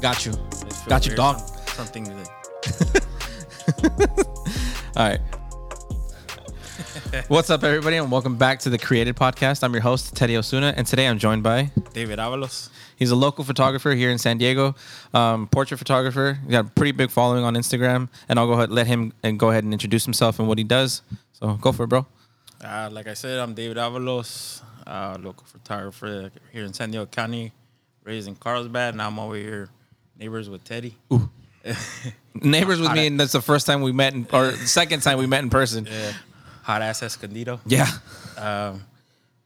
Got you. It feels Got you, weird. dog. Something that All right. What's up, everybody, and welcome back to the Created Podcast. I'm your host, Teddy Osuna, and today I'm joined by David Avalos. He's a local photographer here in San Diego, um, portrait photographer. He's got a pretty big following on Instagram, and I'll go ahead let him and go ahead and introduce himself and what he does. So go for it, bro. Uh, like I said, I'm David Avalos, uh, local photographer here in San Diego County, raised in Carlsbad, and I'm over here neighbors with Teddy. Neighbors with me, and that's the first time we met, in, or the second time we met in person. Yeah. Hot ass Escondido. Yeah, Um,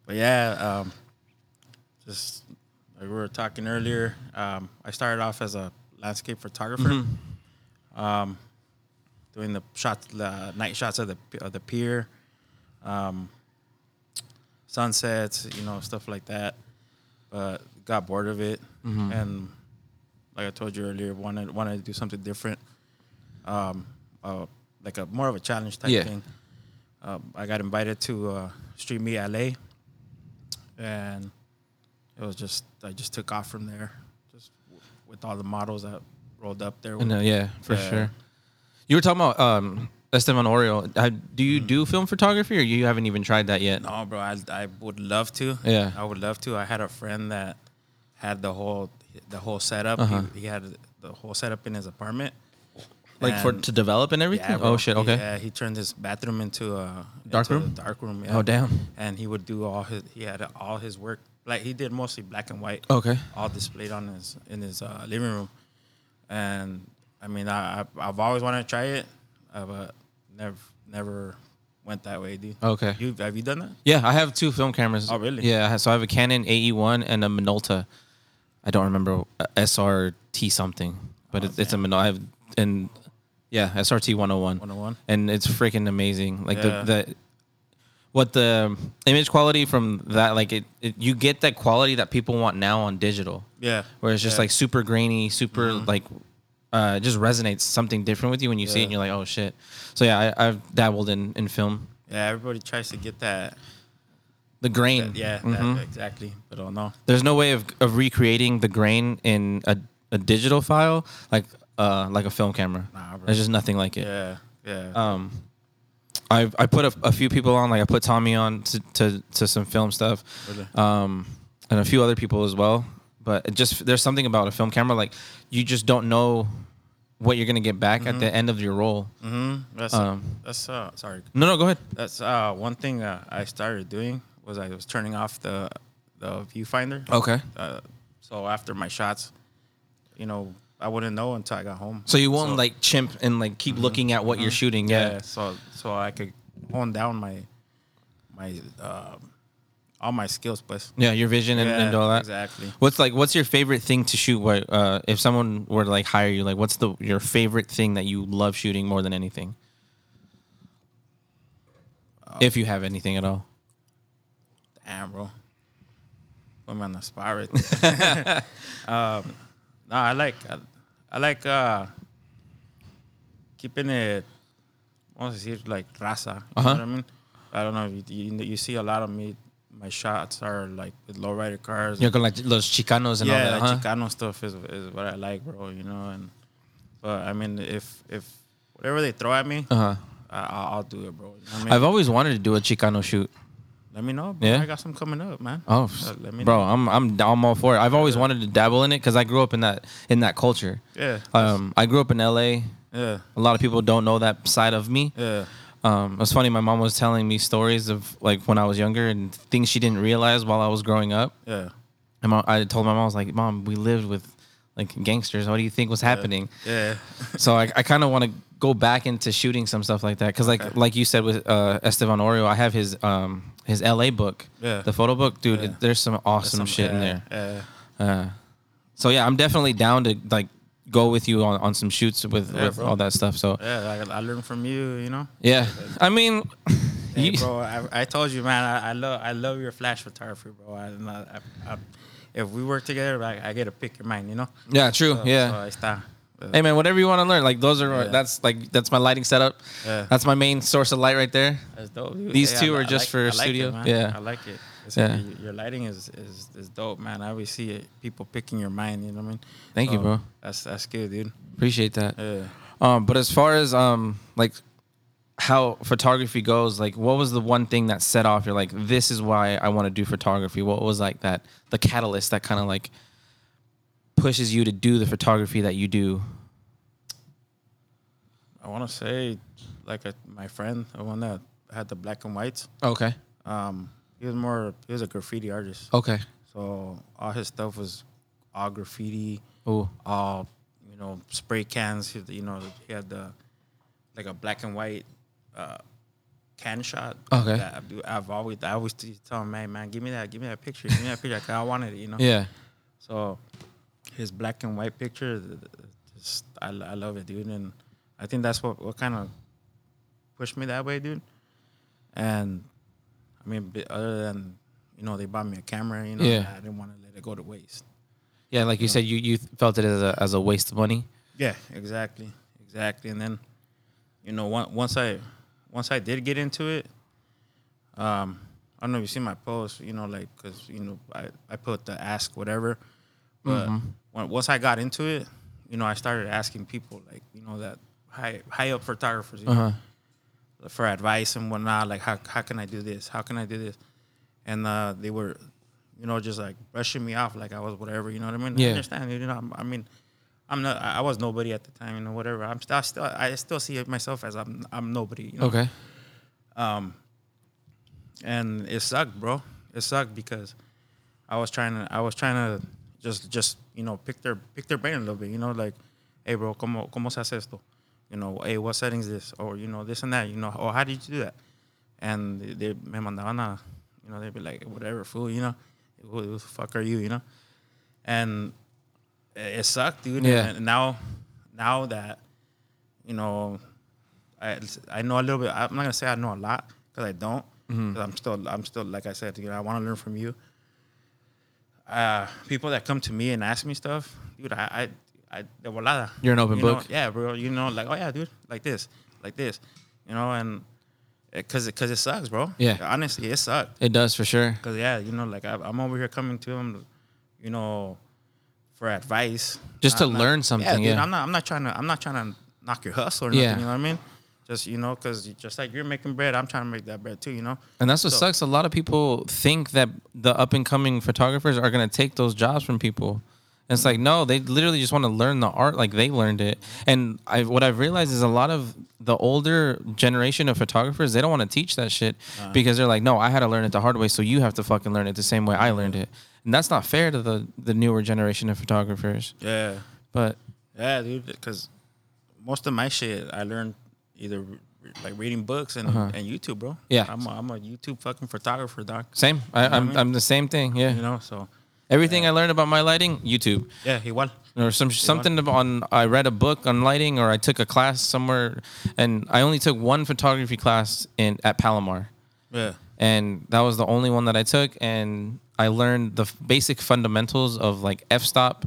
but yeah, um, just like we were talking earlier, um, I started off as a landscape photographer, um, doing the shots, the night shots of the of the pier, um, sunsets, you know, stuff like that. But got bored of it, and like I told you earlier, wanted wanted to do something different, um, uh, like a more of a challenge type Yeah. thing um, I got invited to uh, Street Me LA, and it was just I just took off from there, just w- with all the models that rolled up there. no, yeah, for Yeah. sure. You were talking about um, Esteban Oriol. Uh, Do you do film photography, or you haven't even tried that yet? Mm. No, Oh, bro, I I would love to. Yeah. I would love to. I had a friend that had the whole the whole setup. He, he had the whole setup in his apartment. Like for And- to develop and everything. Yeah, oh bro. shit. Okay. Yeah, he turned his bathroom into a Dark into a room? Dark room. Yeah. Oh, damn. And he would do all his. He had all his work. Like he did mostly black and white. Okay. All displayed on his in his uh, living room, and I mean I I- I've always wanted to try it, uh, but never never went that way, dude. Okay. You have you done that? Yeah, I have two film cameras. Oh, really? Yeah, I ha- so I have a Canon AE1 and a Minolta. I don't remember uh, SRT something, Oh, but it's it's a Minolta. I have and yeah, SRT 101. 101? And it's freaking amazing. Like Yeah. the the what the um, image quality from that like it, it you get that quality that people want now on digital. Yeah. Where it's just Yeah. Mm-hmm. like super grainy, super like uh, it just resonates something different with you when you see it Yeah. and you're like, oh shit. So yeah, I, I've dabbled in, in film. Yeah, everybody tries to get that. The grain. Yeah, Mhm. that, exactly. But oh no. there's no way of, of recreating the grain in a, a digital file like uh like a film camera. Nah, bro. There's just nothing like it. Yeah, yeah. Um, I I put a, a few people on like I put Tommy on to to, to some film stuff, Really? um, and a few other people as well. But it just there's something about a film camera like you just don't know what you're gonna get back Mm-hmm. at the end of your roll. hmm That's um, that's uh, sorry. No, no, go ahead. That's uh, one thing uh, I started doing was I was turning off the the viewfinder. Okay. Uh, so after my shots, you know, I wouldn't know until I got home. So you won't So- Mm-hmm. like chimp and like keep looking at what you're shooting. Yeah. So so I could hone down my my um all my skills, pues. Yeah, your vision and, and Yeah, all that. exactly. What's like? What's your favorite thing to shoot? What uh, if someone were to like hire you? Like, what's the your favorite thing that you love shooting more than anything? Uh, if you have anything at all, Damn, bro. Put me on the spot right there. um, no, I like, I, I like uh, keeping it, I want to see like raza. You Uh-huh. know what I mean? I don't know. if You, you, you see a lot of me, my shots are like with lowrider cars. you're going like los chicanos and yeah, all that, like huh? Chicano stuff is, is what I like, bro, you know? And But I mean, if, if whatever they throw at me, uh-huh. I, I'll, I'll do it, bro. You know what I mean? I've always wanted to do a Chicano shoot. let me know. Bro. Yeah. I got some coming up, man. Oh, Uh, let me bro, I'm I'm I'm all for it. I've always wanted to dabble in it because I grew up in that in that culture. Yeah. Um, I grew up in L.A. Yeah. A lot of people don't know that side of me. Yeah. Um, it was funny. My mom was telling me stories of like when I was younger and things she didn't realize while I was growing up. Yeah. And my, I told my mom, I was like, "Mom, we lived with like gangsters. What do you think was happening?" Yeah. So I, I kind of want to go back into shooting some stuff like that because, like, like you said with uh, Esteban Oreo, I have his um his L.A. book, Yeah. the photo book, dude. Yeah. it- there's some awesome Some- shit in yeah, there. Yeah. Uh, so yeah, I'm definitely down to like go with you on, on some shoots with, Yeah, with bro. all that stuff. So Yeah, I, I learned from you, you know. yeah, I mean, Hey, you- bro, I, I told you, man. I, I love, I love your flash photography, bro. I, and I, I, I, if we work together, I, I get to pick your mind, you know. yeah, true, So- yeah. So it's time. Uh, Hey man, whatever you want to learn, like those are Yeah. that's like that's my lighting setup. Yeah. That's my main source of light right there. that's dope, dude. These Hey, two I- are I just like- for I like it, studio. man. Yeah. I like it. It's like Yeah. your- your lighting is, is is dope, man. I always see it, people picking your mind. You know what I mean? Thank you, bro. That's that's good, dude. Appreciate that. Yeah. Um, but as far as um, like how photography goes, like what was the one thing that set off? You're like, this is why I want to do photography. What was like that the catalyst that kind of like pushes you to do the photography that you do? I want to say, like a, my friend, the one that had the black and whites. Okay. Um, he was more he was a graffiti artist. Okay. So all his stuff was all graffiti, Oh. all you know, spray cans. He- You know, he had the like a black and white uh, can shot. Okay. that I do- I've always I always tell him, man, man, give me that, give me that picture, give me that picture. 'cause I wanted it, you know. Yeah. So his black and white picture, th- th- just I, I love it, dude, and I think that's what what kind of pushed me that way, dude. And I mean, b- other than you know, they bought me a camera, you know, Yeah. I didn't want to let it go to waste. Yeah. Like you said, you you felt it as a as a waste of money. Yeah, exactly, exactly. And then, you know, on- once I, once I did get into it, um, I don't know if you see my post, you know, like because you know I, I put the ask whatever, but when, once I got into it, you know, I started asking people like you know that high high up photographers, you know, for advice and whatnot. Like, how how can I do this? How can I do this? And uh, they were, you know, just like brushing me off like I was whatever. You know what I mean? Yeah. I understand. You know, I'm, I mean, I'm not. I I was nobody at the time. You know, whatever. I'm still. I still. I still see myself as I'm. I'm nobody. You know? Okay. And it sucked, bro. It sucked because I was trying to. I was trying to just just you know pick their pick their brain a little bit. You know, like, hey, bro, como como se hace esto? You know, hey, what settings this? Or you know this and that. You know, or how did you do that? and they, they me mandaban a, you know, they'd be like, whatever, fool, you know, who, who the fuck are you, you know, and it it sucked, dude. Yeah. And now, now that, you know, I I know a little bit. I'm not gonna say I know a lot because I don't. Mm-hmm. 'cause I'm still I'm still like I said, you know, I want to learn from you. Uh, people that come to me and ask me stuff, dude, I I, I de volada. You're an open You know, book. yeah, bro. You know, like oh yeah, dude, like this, like this, you know, and because it, cause it sucks, bro. Yeah. Honestly, it sucked. It does for sure. Because, yeah, you know, like I, I'm over here coming to him, you know, for advice. Just to learn something, dude, yeah. I'm not, I'm not trying to, I'm not trying to knock your hustle or nothing, Yeah. you know what I mean? Just, you know, because just like you're making bread, I'm trying to make that bread too, you know? And that's what So- sucks. A lot of people think that the up and coming photographers are gonna take those jobs from people. And it's like no, they literally just want to learn the art like they learned it. And I, what I've realized is a lot of the older generation of photographers they don't want to teach that shit because they're like, no, I had to learn it the hard way, so you have to fucking learn it the same way I learned it. And that's not fair to the the newer generation of photographers. Yeah. But Yeah, dude, because most of my shit I learned either re- like reading books and, and YouTube, bro. Uh-huh. Yeah. I'm a, I'm a YouTube fucking photographer, doc. same, I, what I I'm mean? I'm the same thing. Yeah, You know, so everything I learned about my lighting, YouTube. yeah, igual. or some something on I read a book on lighting or I took a class somewhere and I only took one photography class in at Palomar Yeah. and that was the only one that I took and I learned the f- basic fundamentals of like f-stop,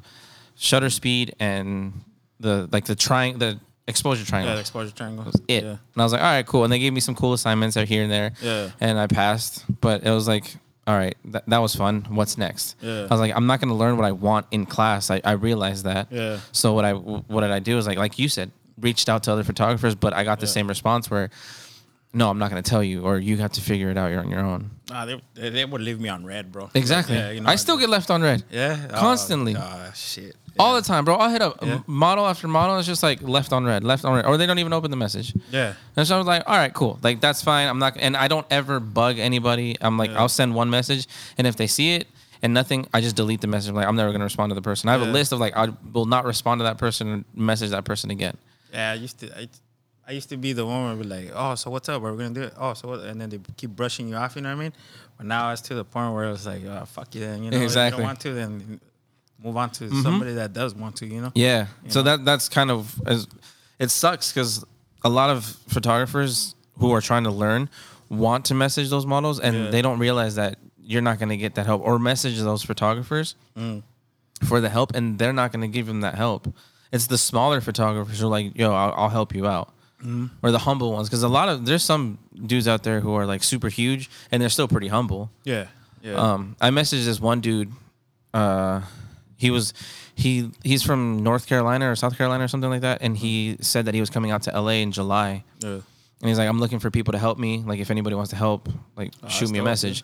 shutter speed and the like the trying the exposure triangle. Yeah, the exposure triangle. it. Yeah. And I was like, all right, cool. And they gave me some cool assignments out here and there. Yeah. And I passed, but it was like, all right, that, that was fun. What's next? Yeah. I was like, I'm not going to learn what I want in class. I, I realized that. Yeah. So what I what did I do is like like you said, reached out to other photographers, but I got the same response where, no, I'm not going to tell you, or you have to figure it out on your own. Nah, they, they they would leave me on red, bro. Exactly. Yeah, you know, I still get left on red. yeah Oh, constantly. ah, shit. All the time, bro. I'll hit up Yeah. model after model. It's just like left on red, left on red, or they don't even open the message. yeah. And so I was like, all right, cool. Like that's fine. I'm not and I don't ever bug anybody. I'm like, I'll send one message and if they see it and nothing, I just delete the message. I'm like, I'm never gonna respond to the person. I have a Yeah. list of like I will not respond to that person and message that person again. Yeah, I used to. I, I used to be the one where be like, oh, so what's up? Are we gonna do it? Oh, so what? And then they keep brushing you off. You know what I mean? But now it's to the point where it's like, oh, fuck you. Then you know, if you Exactly. Mm-hmm. don't want to, then move on to somebody that does want to. You know? Yeah. So that that's kind of as it sucks because a lot of photographers who are trying to learn want to message those models and Yeah. they don't realize that you're not going to get that help or message those photographers Mm. for the help and they're not going to give them that help. It's the smaller photographers who are like, yo, I'll, I'll help you out. Mm. Or the humble ones, because a lot of there's some dudes out there who are like super huge and they're still pretty humble. Yeah. Yeah. Um, I messaged this one dude. Uh, he was he he's from North Carolina or South Carolina or something like that, and he said that he was coming out to LA in July. yeah. And he's like, I'm looking for people to help me. Like, if anybody wants to help, like, shoot Oh, that's me a dope, message.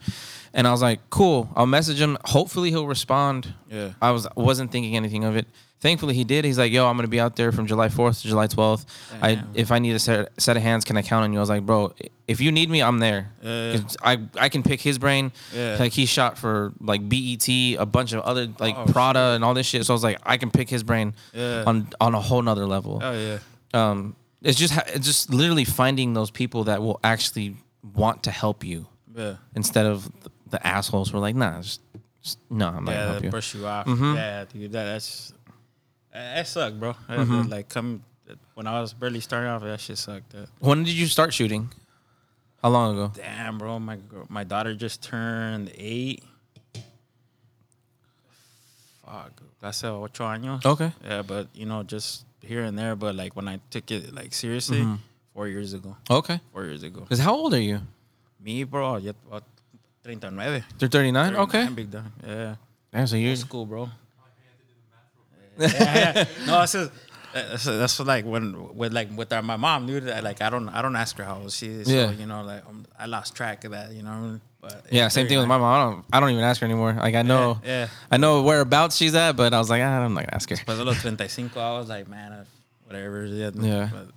And I was like, cool. I'll message him. Hopefully, he'll respond. Yeah. I was wasn't thinking anything of it. Thankfully, he did. He's like, yo, I'm gonna be out there from July 4th to July 12th. I Damn. if I need a set, set of hands, can I count on you? I was like, bro, if you need me, I'm there. Yeah. 'Cause I I can pick his brain. Yeah. Like he shot for like BET, a bunch of other like Oh, Prada and all this shit. So I was like, I can pick his brain Yeah. on on a whole nother level Oh yeah. um, it's just ha- it's just literally finding those people that will actually want to help you Yeah. instead of th- the assholes who are like, nah, just, just no, I'm not Yeah, gonna that help you. Mm-hmm. brush you off. Yeah, dude, that, that's that that sucked, bro. That- that, Mm-hmm. like come when I was barely starting off, that shit sucked. That, when did you start shooting? How long ago? damn, bro, my gr- my daughter just turned eight. Fuck, that's a ocho años. Okay. Yeah, but you know, just here and there. But like when I took it like seriously, four years ago. Okay. Four years ago. Cause how old are you? Me, bro, ya uh, 39. You're 39. 39, Okay. Big dog. Yeah. Damn, so you school, bro. yeah, yeah. No, it's just, that's, that's like when with like with our, my mom, dude. I, like I don't I don't ask her how old she is. So, Yeah. you know, like I'm, I lost track of that. You know. But yeah, same thing with my mom. I don't, I don't even ask her anymore. Like I know, yeah. I know whereabouts she's at, but I was like, ah, I'm not gonna ask her. Pues a los 35, I was like, man, uh, whatever. Yeah. Yeah. But,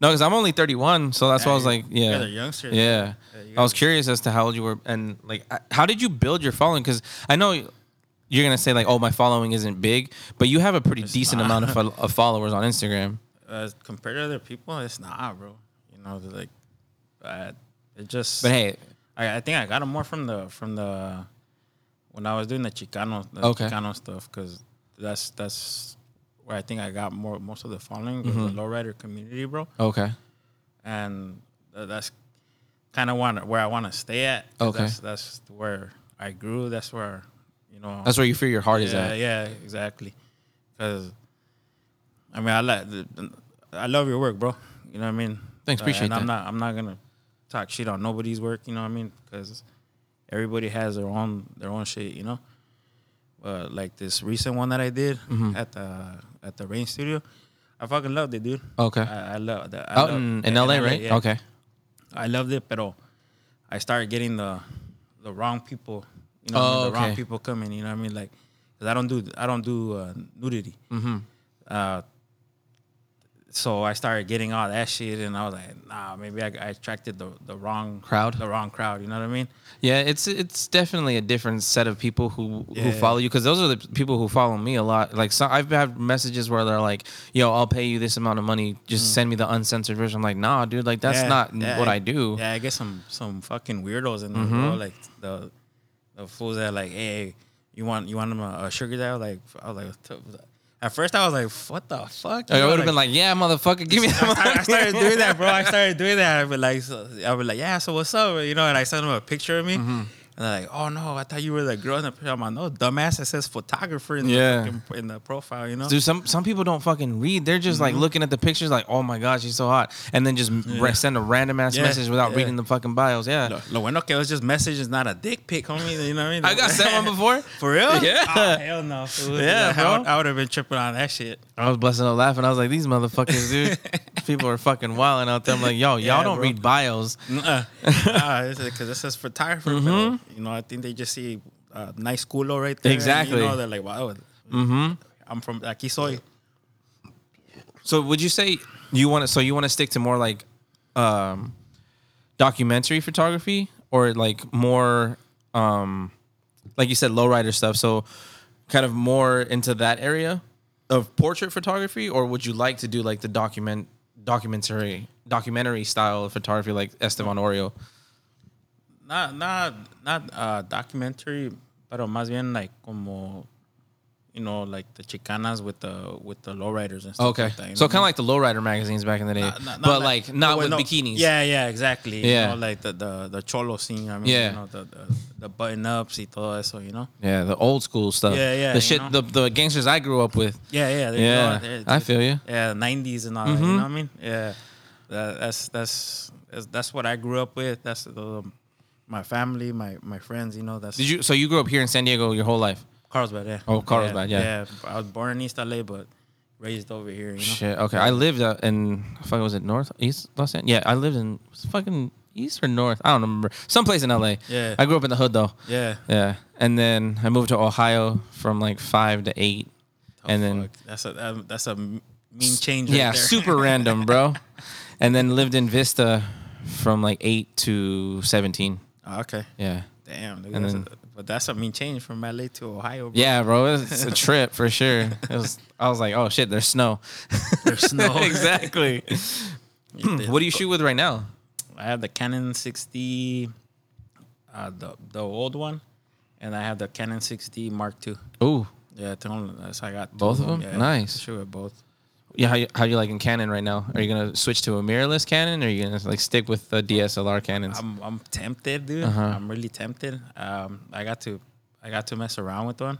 No, because I'm only 31, so that's why I was you- like, you yeah, guys are youngsters. Yeah, Yeah, you I was guys- curious as to how old you were, and like, I- how did you build your following? Because I know you're gonna say like, oh, my following isn't big, but you have a pretty decent amount of, fol- of followers on Instagram. uh, compared to other people, it's not, bro. You know, they're like, uh, it just. But hey, I, I think I got them more from the from the when I was doing the Chicano the Okay. Chicano stuff because that's that's where I think I got more most of the following was Mm-hmm. the lowrider community, bro, okay, and tha- that's kind of want where I want to stay at. 'cause Okay. that's, that's where I grew. That's where you know that's where you feel your heart is yeah, at. yeah, exactly. Because I mean, I like, I love your work, bro. You know what I mean. Thanks, Uh, appreciate and that. I'm not, I'm not gonna talk shit on nobody's work. You know what I mean? Because everybody has their own, their own shit. You know. But like this recent one that I did Mm-hmm. at the at the Rain Studio, I fucking loved it, dude. Oh, Okay, I, I love that. I out love- in, in LA, right? yeah. Okay, I loved it, but I started getting the the wrong people. You know, what I mean? Oh, the wrong okay. people coming. You know what I mean? Like, 'cause I don't do I don't do uh, nudity. Mm-hmm. Uh, so I started getting all that shit, and I was like, nah, maybe I, I attracted the, the wrong Crowd? the wrong crowd. You know what I mean? yeah, it's it's definitely a different set of people who who Yeah. follow you because those are the people who follow me a lot. Like, so I've had messages where they're like, "Yo, I'll pay you this amount of money, just send me the uncensored version." I'm like, "Nah, dude, like that's Mm. Yeah, not yeah, what I do." Mm-hmm. Yeah, I get some some fucking weirdos in there, bro. Like the the fools that are like, hey, you want you want them a, a sugar daddy? Like I was like, t- at first I was like, what the fuck? Like, You I know, would have been like, "Yeah, motherfucker, give me that." I money." started, I started doing that, bro. I started doing that. I'd be like, so, I'd be like, yeah. So what's up? You know, and I sent them a picture of me, Mm-hmm. and they're like, oh no, I thought you were the girl in the picture. I'm like, no, dumbass. It says photographer in Yeah. the fucking, in the profile. You know, Dude, some some people don't fucking read. They're just Mm-hmm. like looking at the pictures, like, "Oh my god, she's so hot," and then just re- send a random ass Yeah, message without yeah. reading the fucking bios. Yeah, lo, lo bueno que it was just messages, not a dick pic, homie. You know what I mean? I got sent one before. For real? Yeah. Oh, hell no. fool. Yeah, Like, I bro. would, I would have been tripping on that shit. I was busting up laughing. I was like, "These motherfuckers, dude, people are fucking wilding out there." I'm like, "Yo, y'all Yeah, don't bro. read bios." Nuh-uh. Ah, because this is photographer. but, Mm-hmm. you know, I think they just see uh, nice culo right there. and, Exactly. Mm-hmm. you know, they're like, wow. I'm from aquí soy. So, would you say you want to? So, you want to stick to more like um, documentary photography, or like more, um, like you said, lowrider stuff. So, kind of more into that area of portrait photography, or would you like to do like the document documentary documentary style of photography, like Esteban Oreo? Not, not, not uh, documentary, pero más bien like como, you know, like the Chicanas with the with the lowriders and stuff Okay, like that. you so know? kind of like the lowrider magazines back in the day, not- not but like, not with no, bikinis. Yeah, yeah, exactly. Yeah. You know, like the, the, the cholo scene. I mean, Yeah. you know, the, the, the button ups y todo eso, you know? yeah, the old school stuff. Yeah, yeah, The you shit, know? the the gangsters I grew up with. Yeah, yeah, they Yeah, Go, they're- I feel Mm-hmm. you. Yeah, nineties and all that. You know what I mean? Yeah, that, that's that's that's that's what I grew up with. That's the my family, my my friends. You know, that's Did you? So you grew up here in San Diego your whole life? Carlsbad. Yeah. Oh, Carlsbad, yeah. I was born in East LA, but raised over here. You know? Shit. Okay. I lived uh, in fuck was it North East Los Angeles? Yeah, I lived in was it fucking East or North. I don't remember. Someplace in LA. Yeah. I grew up in the hood though. Yeah. Yeah. And then I moved to Ohio from like five to eight. and then Fuck, that's a um, that's a m- mean change. yeah, right there. super random, bro. And then lived in Vista from like eight to seventeen. Oh, okay. Yeah. Damn. dude, And that's then- a- but that's a mean change from LA to Ohio. Bro. Yeah, bro, it's a trip for sure. It was. I was like, oh shit, there's snow. There's snow. exactly. what do you shoot with right now? I have the Canon 60, uh, the the old one, and I have the Canon 60 Mark II. Ooh, Yeah, it's only- that's I got two Both of them? Yeah, Nice. Sure, both. yeah. How you, how you liking Canon right now? Are you gonna switch to a mirrorless Canon, or are you gonna like stick with the DSLR Canons? I'm I'm tempted, dude. Uh-huh. I'm really tempted. Um, I got to I got to mess around with one.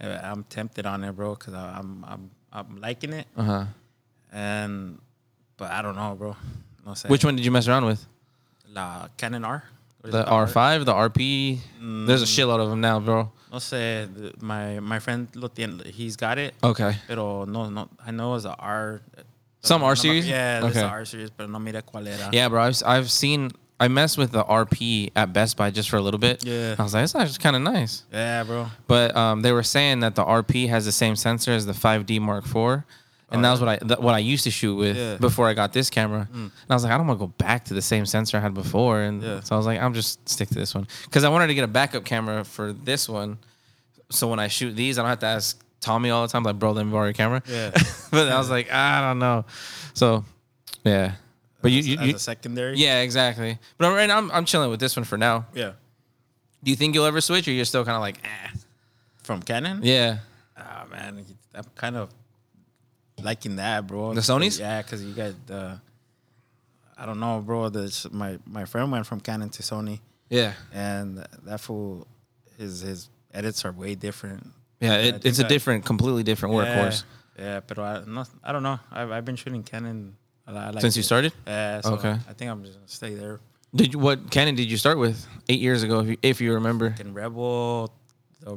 Uh, I'm tempted on it, bro, because I'm I'm I'm liking it, Uh huh. and but I don't know, bro. No sé. Which one did you mess around with? La Canon R. What is The it, R five, the RP. There's a shitload of them now, bro. No sé. the- My my friend lo tiene. He's got it. Okay. Pero no, no, I know it's a R. Some R No me- series? Yeah, there's Okay. a R series, pero no mira cuál era. Yeah, bro. I've, s- I've seen. I messed with the RP at Best Buy just for a little bit. Yeah. I was like, it's actually kind of nice. Yeah, bro. But um, they were saying that the RP has the same sensor as the 5D Mark IV, and that was what I that, what I used to shoot with Yeah. Mm. before I got this camera. And I was like, I don't want to go back to the same sensor I had before, and Yeah. so I was like, I'm just stick to this one because I wanted to get a backup camera for this one, so when I shoot these, I don't have to ask Tommy all the time like, bro, let me borrow your camera. Yeah. but I was like, I don't know, so yeah. But you, you, As you a secondary. yeah, exactly. But I'm, right now, I'm I'm chilling with this one for now. Yeah. Do you think you'll ever switch, or you're still kind of like, eh? From Canon. yeah. Ah man, I'm kind of liking that, bro. The Sonys? Yeah, because you got the. I don't know, bro. This my my friend went from Canon to Sony, Yeah. and that fool, his his edits are way different. Yeah, I it, think it's a I- different, completely different workhorse. Yeah, yeah but I no, I don't know. I've I've been shooting Canon. a lot. I like Since you it. started? Yeah. So Okay. I think I'm just gonna stay there. Did you, what Canon did you start with eight years ago, if you, if you remember? Fucking Rebel, the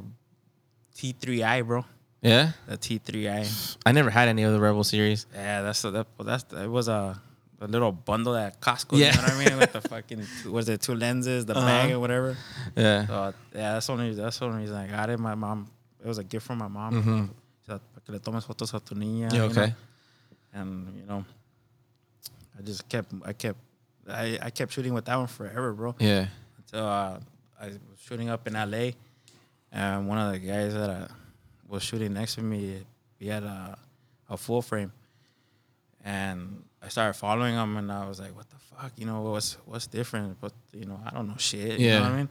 T3i, bro. Yeah, The T3i. I never had any of the Rebel series. Yeah, that's that. That's it was a, a little bundle at Costco. You Yeah. Uh-huh. know what I mean? With the fucking was it two lenses, the bag or whatever. Yeah, So yeah, that's the only that's the only reason I got it. My mom, it was a gift from my mom. She said, "Pa que le tomes fotos a tu niña." Mm-hmm. Yeah, you know? okay. And you know, I just kept I kept I, I kept shooting with that one forever, bro. yeah, So uh, I was shooting up in LA, and one of the guys that uh, was shooting next to me, he had a, a full frame, and I started following him, and I was like, "What the fuck? You know what's what's different? But you know, I don't know shit. You Yeah. know what I mean?"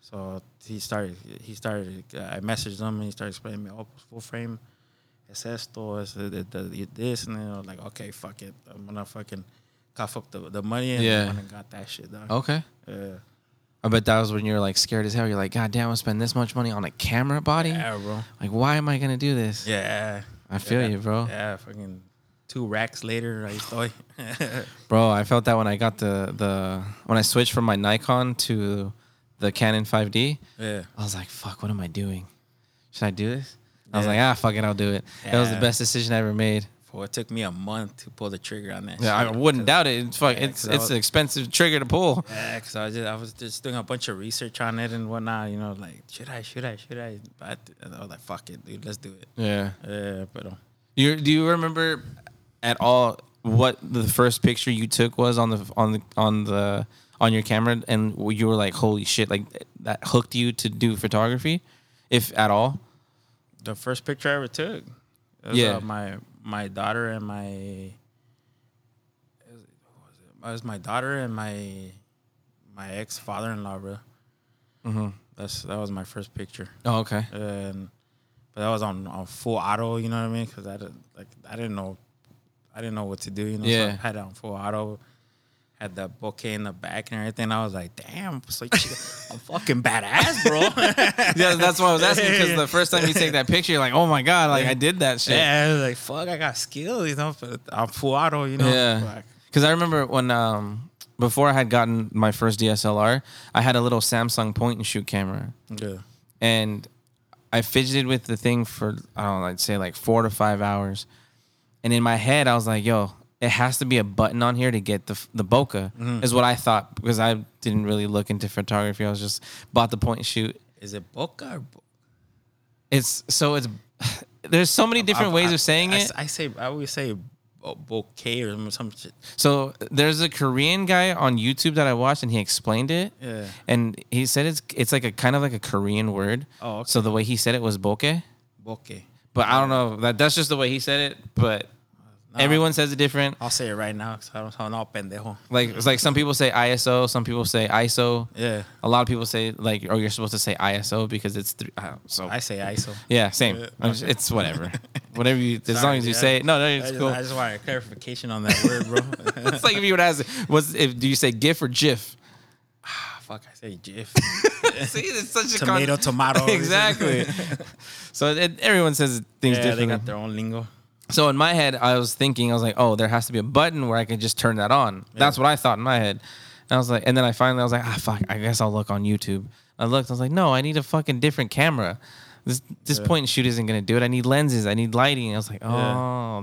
So he started. He started. uh, I messaged him, and he started explaining me, "Oh, full frame." Es esto, es the- the- the- this, and then I was like, okay, fuck it. I'm gonna fucking cough up the, the money and Yeah. Oh. I went and got that shit done. okay. Yeah. I bet that was when you were like scared as hell. You're like, God damn, I spend this much money on a camera body. yeah, bro. Like, why am I gonna do this? Yeah. I feel Yeah. you, bro. Yeah, fucking two racks later, I estoy. Bro, I felt that when I got the the when I switched from my Nikon to the Canon 5D. yeah. I was like, fuck, what am I doing? Should I do this? I was Yeah. like, ah, fuck it, I'll do it. That was the Yeah. best decision I ever made. Well, it took me a month to pull the trigger on that. Yeah, I shit. wouldn't doubt it. It's fuck, Yeah, it's 'cause I it's was- an expensive trigger to pull. Yeah, because I was just I was just doing a bunch of research on it and whatnot. You know, like should I, should I, should I? But I was like, fuck it, dude, let's do it. Yeah. Yeah, but uh, You do you remember at all what the first picture you took was on the on the on the on your camera and you were like, holy shit, like that hooked you to do photography, if at all? the first picture I ever took, it was, Yeah. uh, my my daughter and my, it was- who was it? It was my daughter and my my ex father in law, bro. Mm-hmm. That's that was my first picture. Oh, okay. and but that was on, on full auto. You know what I mean? Because I didn't like I didn't know, I didn't know what to do. You know, so Yeah. I had it on full auto, had the bouquet in the back and everything. I was like, damn, it's like I'm fucking badass, bro. Yeah, that's why I was asking because the first time you take that picture, you're like, oh my god, like I did that shit. yeah, I was like fuck, I got skills. You know, but I'm full auto. You know, Yeah. Like, Because I remember when um before I had gotten my first DSLR, I had a little Samsung point and shoot camera, Yeah. and I fidgeted with the thing for I don't know, I'd say like four to five hours, and in my head I was like, "Yo, it has to be a button on here to get the the bokeh," Mm-hmm. is what I thought because I didn't really look into photography. I was just bought the point and shoot. Is it Boca or Bo- It's so it's there's so many different I- ways I- of saying I, it. s- I say I always say bo- bouquet or some- some shit. So there's a Korean guy on YouTube that I watched, and he explained it. Yeah. And he said it's it's like a kind of like a Korean word. Oh, okay. So the way he said it was bokeh, Bokeh. but I don't know that that's just the way he said it. But everyone says it different. I'll say it right now because I don't sound all pendejo. Like it's like some people say ISO, some people say ISO. Yeah. A lot of people say like, oh, you're supposed to say ISO because it's three. I don't- so I say ISO. yeah, same. I'm just- it's whatever, whatever you as long as you say it. No, no, I it's just, cool. I just want a clarification on that word, bro. it's like if you would ask, what's if do you say GIF or JIF? Ah, fuck, I say GIF. See, it's such a con- tomato, tomato. exactly. so it, everyone says things Yeah, they differently. got their own lingo. so in my head, I was thinking, I was like, oh, there has to be a button where I can just turn that on. That's what I thought in my head. And I was like, and then I finally I was like, ah, fuck, I guess I'll look on YouTube. I looked, I was like, no, I need a fucking different camera. This this point and shoot isn't gonna do it. I need lenses. I need lighting. I was like, oh,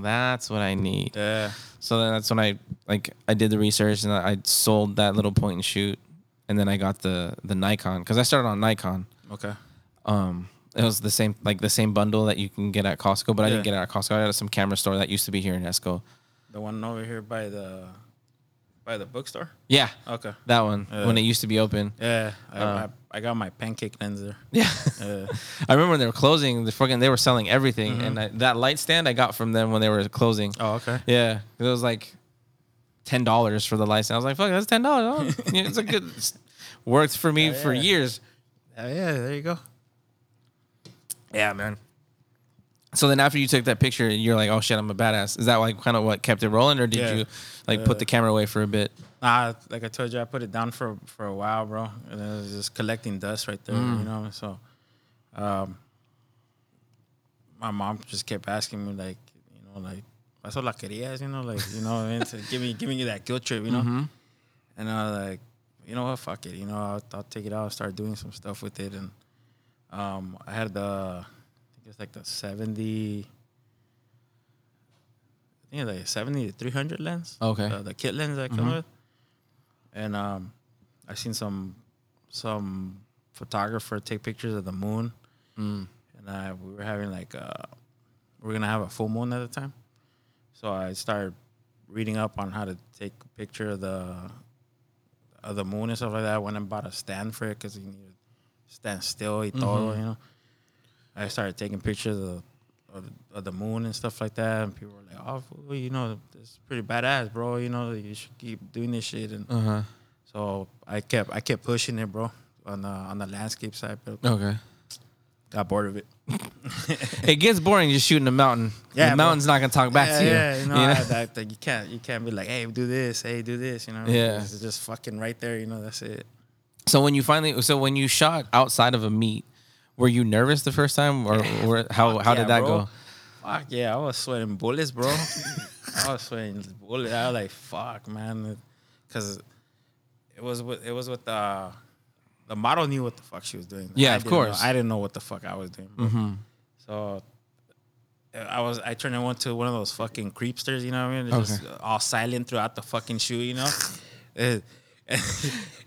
that's what I need. Yeah. So then that's when I like I did the research and I I sold that little point and shoot, and then I got the the Nikon because I started on Nikon. Okay. Um, it was the same like the same bundle that you can get at Costco, but I didn't Yeah. get it at Costco. I got it at some camera store that used to be here in Esco. The one over here by the by the bookstore. Yeah, Okay. that one when it used to be open. Yeah. I, I, I got my pancake Uh, lens there. Yeah, Yeah. I remember when they were closing. The fucking they were selling everything, and I, that light stand I got from them when they were closing. Mm-hmm. Oh, okay. Yeah, it was like ten dollars for the light stand. I was like, fuck, that's ten dollars. Oh, it's a good it's worked for me for yeah. years. Yeah, yeah, there you go. Yeah, man. So then after you took that picture, you're like, oh shit, I'm a badass. Is that like kind of what kept it rolling, or did Yeah. Uh, you like put the camera away for a bit? Nah, like I told you, I put it down for for a while, bro. And it was just collecting dust right there, you know. So, um, my mom just kept asking me, like, you know, like, "Eso la querías," you know, like, you know, what I mean, to give me giving you that guilt trip, you know. And I was like, you know what, fuck it, you know, I'll, I'll take it out, and start doing some stuff with it, and um, I had the, I think it's like the seventy. I think it's like 70 to 300 lens. Okay. The, the kit lens I come with. And um, I seen some some photographer take pictures of the moon. And I, we were having like a, we are gonna have a full moon at the time. So I started reading up on how to take a picture of the of the moon and stuff like that. I went and bought a stand for it because you need to stand still y todo, you know. I started taking pictures of, of of the moon and stuff like that, and people were like, "Oh, fool, you know, it's pretty badass, bro. You know, you should keep doing this shit." And Uh huh. so I kept I kept pushing it, bro, on the on the landscape side, but Okay. got bored of it. It gets boring just shooting a mountain. Yeah, the bro. mountain's not gonna talk back yeah, to you. yeah, you know, You know? I- that, that you can't you can't be like, "Hey, do this, hey, do this," you know. Yeah. it's just fucking right there, you know. That's it. So when you finally, so when you shot outside of a meet, were you nervous the first time, or, or how how Yeah, did that bro. go? Fuck yeah, I was sweating bullets, bro. I was sweating bullets. I was like, fuck, man, because it was with, it was with the the model knew what the fuck she was doing. Yeah, I of didn't know- course. Mm-hmm. I didn't know what the fuck I was doing. bro. So uh, I was I turned into one of those fucking creepsters, you know what I mean? Just Okay. all silent throughout the fucking shoot, you know. Uh,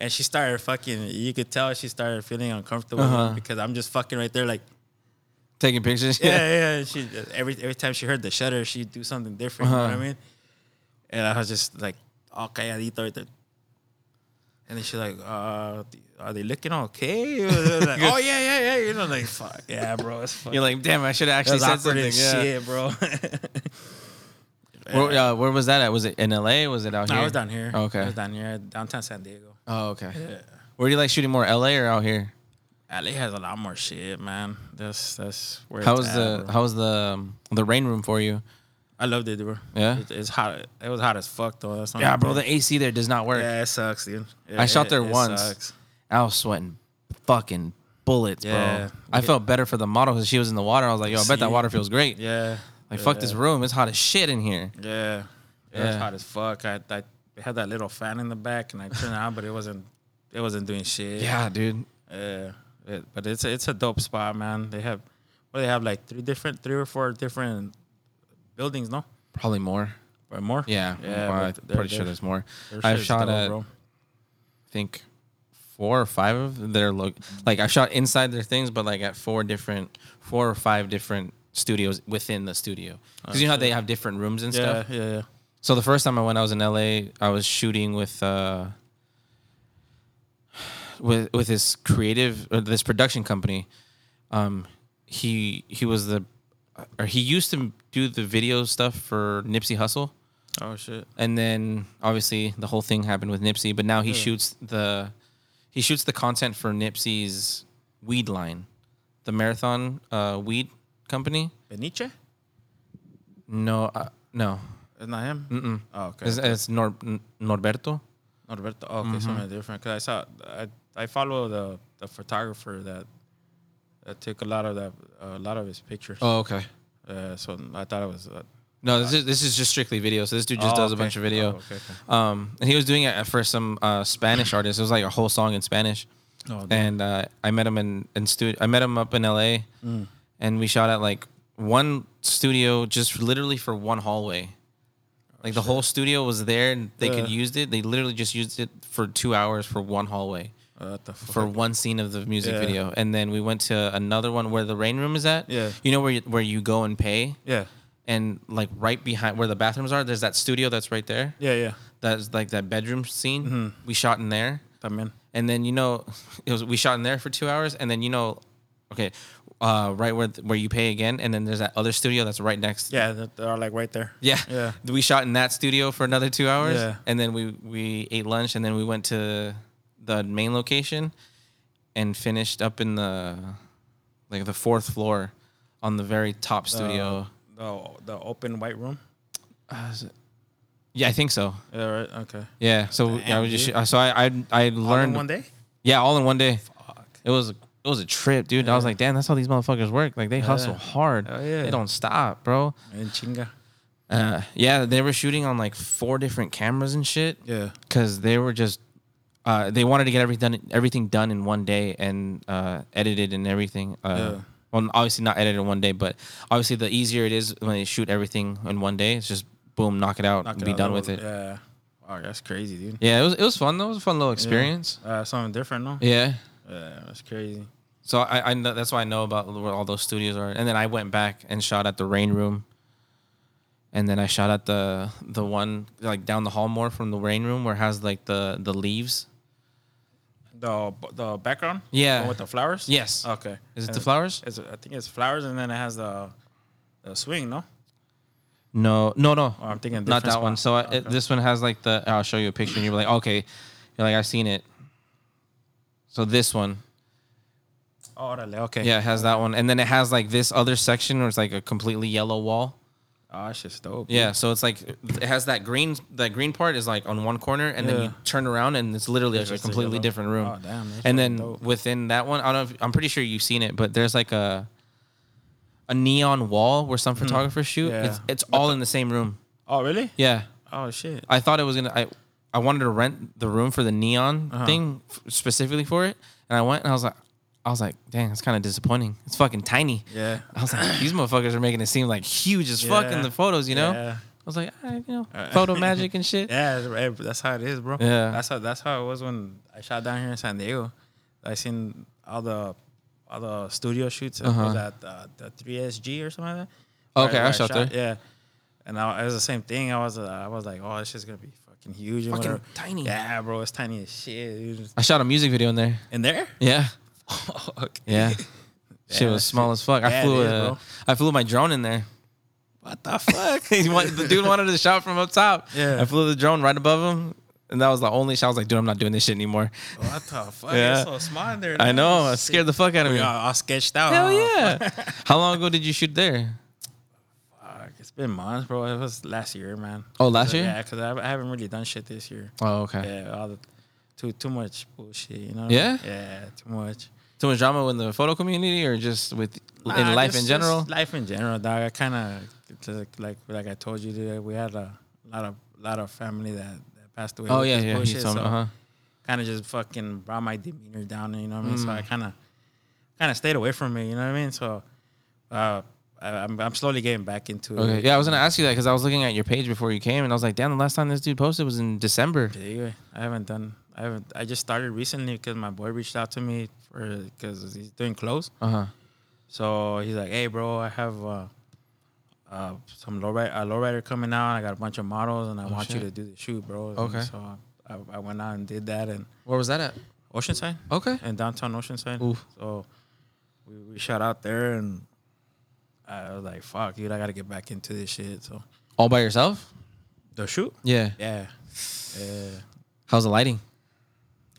and she started fucking. You could tell she started feeling uncomfortable Uh-huh. because I'm just fucking right there, like Taking pictures. yeah, yeah. and She every every time she heard the shutter, she'd do something different. You know Uh-huh. what I mean? And I was just like all calladito right there. And then she's like, uh, "Are they looking okay?" like, oh yeah, yeah, yeah. You know, like fuck, yeah, bro. It's fucking You're like, damn, I should have actually that's said awkward something. as Yeah. shit, bro. Where, uh, where was that at? Was it in LA? Was it out No, here? I was down here. Okay. I was down here, downtown San Diego. Oh, okay. Where do you like shooting more, LA or out here? LA has a lot more shit, man. That's that's where. How it's was at, the bro. how was the um, the rain room for you? I loved it, bro. Yeah? It, it's hot. It was hot as fuck though. That's not Yeah, bro, the AC there does not work. Yeah, it sucks, dude. I It- shot it- there it once. sucks. I was sweating fucking bullets, Yeah. bro. I felt better for the model because she was in the water. I was like, yo, I bet See? that water feels great. Yeah. Like, fuck this room. It's hot as shit in here. Yeah. It Yeah. was hot as fuck. I, I They had that little fan in the back, and I turned it on, but it wasn't it wasn't doing shit. Yeah, dude. Yeah, it, but it's a, it's a dope spot, man. They have, well, they have like three different, three or four different buildings, no, Probably more. or more. Yeah, yeah. well, I'm but they're- pretty sure they're- there's more. their I've shit's shot dope, at bro. I think four or five of their look. Like I've shot inside their things, but like at four different, four or five different studios within the studio. Because you know how they have different rooms and Yeah, stuff. yeah, yeah. So the first time I went, I was in LA. I was shooting with uh, with with this creative, or this production company. Um, he he was the, or he used to do the video stuff for Nipsey Hussle, Oh shit. and then obviously the whole thing happened with Nipsey. But now he shoots the he shoots the content for Nipsey's weed line, the Marathon uh, Weed Company. Beniche? No, uh, no, It's not him. Mm-mm. Oh, okay. it's, it's Nor- Norberto. Norberto. Oh, okay, something Mm-hmm. different. Cause I saw, I, I follow the the photographer that that took a lot of that, a lot of his pictures. Oh, okay. Uh, so I thought it was. Uh, No, this is this is just strictly video. So this dude just Oh, does a okay. bunch of video. Oh, okay, okay. Um, and he was doing it at first some uh, Spanish artist. It was like a whole song in Spanish. Oh, damn. and uh, I met him in in studio. I met him up in L.A. Mm. and we shot at like one studio, just literally for one hallway. Like the whole studio was there, and they could Yeah. used it. They literally just used it for two hours for one hallway uh, what the fuck? for one scene of the music Yeah. video, and then we went to another one where the rain room is at. Yeah. you know where you, where you go and pay yeah, and like right behind where the bathrooms are, there's that studio that's right there. yeah, Mm-hmm. yeah. That's like that bedroom scene. We shot in there, También. and then you know, it was we shot in there for two hours, and then you know, okay, uh, right where where you pay again, and then there's that other studio that's right next. Yeah, that- they are like right there. Yeah. yeah. We shot in that studio for another two hours, Yeah. and then we we ate lunch, and then we went to the main location, and finished up in the like the fourth floor, on the very top Uh. studio. The the open white room. yeah, I think so. Yeah, right. Okay. Yeah. So yeah, I was just uh, so I I, I learned one day. Yeah, all in one day. It was it was a trip, dude. I was like, damn, that's how these motherfuckers work. Like they hustle hard. Hell yeah. They don't stop, bro. In chinga. Uh, yeah, they were shooting on like four different cameras and shit. Yeah. Cause they were just uh, they wanted to get everything done, everything done in one day and uh, edited and everything. Uh, Yeah. Well, obviously not edited in one day, but obviously the easier it is when they shoot everything in one day. It's just boom, knock it out, and be done with it. Yeah. Yeah. Wow, that's crazy, dude. it was it was fun. That was a fun little experience. Uh, something different, no? yeah. Yeah, that's crazy. So I, I know that's why I know about where all those studios are. And then I went back and shot at the Rain Room. And then I shot at the the one like down the hall more from the Rain Room where it has like the the leaves. The the background. Yeah. The one with the flowers. Yes. Okay. Uh, Is it And the flowers? It's, I think it's flowers, and then it has the the swing, no? No, no, no. Oh, I'm thinking not different that one. So I, spot. it, this one has like the I'll show you a picture and you're like okay, you're like I've seen it. So this one, Oh, orale, okay. yeah, it has that one, and then it has like this other section where it's like a completely yellow wall. Oh, that shit's dope. Yeah, so it's like it has that green that green part is like on one corner, and then Yeah. you turn around and it's literally It's a just a completely yellow. different room. Oh, damn, that's and fucking then dope. within that one, I don't. know if, I'm pretty sure you've seen it, but there's like a a neon wall where some photographers shoot. It's, Hmm. Yeah. it's all in the same room. Oh, really? Yeah, Oh shit. I thought it was gonna. I I wanted to rent the room for the neon Uh-huh. thing f- specifically for it, and I went and I was like, I was like, dang, it's kind of disappointing. It's fucking tiny. Yeah. I was like, these motherfuckers are making it seem like huge as fuck in Yeah. the photos, you know? Yeah. I was like, all right, you know, photo magic and shit. Yeah, that's right. that's how it is, bro. Yeah. That's how that's how it was when I shot down here in San Diego. I seen all the all the studio shoots. It was at uh, the 3SG or something like that. Uh-huh. Oh, Okay, Where I shot there. Yeah. And I, it was the same thing. I was uh, I was like, oh, this shit's gonna be fucking huge. and Fucking whatever. tiny. Yeah, bro, it's tiny as shit. dude. I shot a music video in there. In there? Yeah. Fuck. Yeah. Yeah, Shit was that small shit- as fuck. I yeah, it flew is, a, bro. I flew my drone in there. What the fuck? He wanted- the dude wanted to shot from up top. Yeah. I flew the drone right above him, and that was the only shot. I was like, dude, I'm not doing this shit anymore. what the fuck? Yeah. It's so small in there. I know. I Shit. scared the fuck out of me. We all, all sketched out. Hell huh? yeah. How long ago did you shoot there? Fuck, it's been months, bro. It was last year, man. Oh, last So, year? Yeah, because I, I haven't really done shit this year. Oh, okay. Yeah, all the too too much bullshit. You know? what I Yeah? mean? Yeah, too much. So much drama in the photo community, or just with Nah, in life Uh, just- in just general? life in general, dog. I kind of like like I told you, dude, we had a lot of lot of family that, that passed away. Oh with yeah, this yeah. He bullshit, told me. so Uh-huh. kind of just fucking brought my demeanor down. You know what I mean? So Mm. I kind of kind of stayed away from it. You know what I mean? So uh, I, I'm I'm slowly getting back into it. Okay. Yeah, I was gonna ask you that because I was looking at your page before you came, and I was like, damn, the last time this dude posted was in December. Yeah, yeah. I haven't done. I haven't. I just started recently because my boy reached out to me for because he's doing clothes. Uh huh. So he's like, "Hey, bro, I have uh, uh, some lowrider, a lowrider coming out. I got a bunch of models, and I want Oh, shit. you to do the shoot, bro." And Okay. so I, I went out and did that, and Where was that at? Oceanside, Okay. in downtown Oceanside. Oof. So we, we shot out there, and I was like, "Fuck, dude, I got to get back into this shit." So All by yourself? the shoot, Yeah. yeah, yeah. How's the lighting?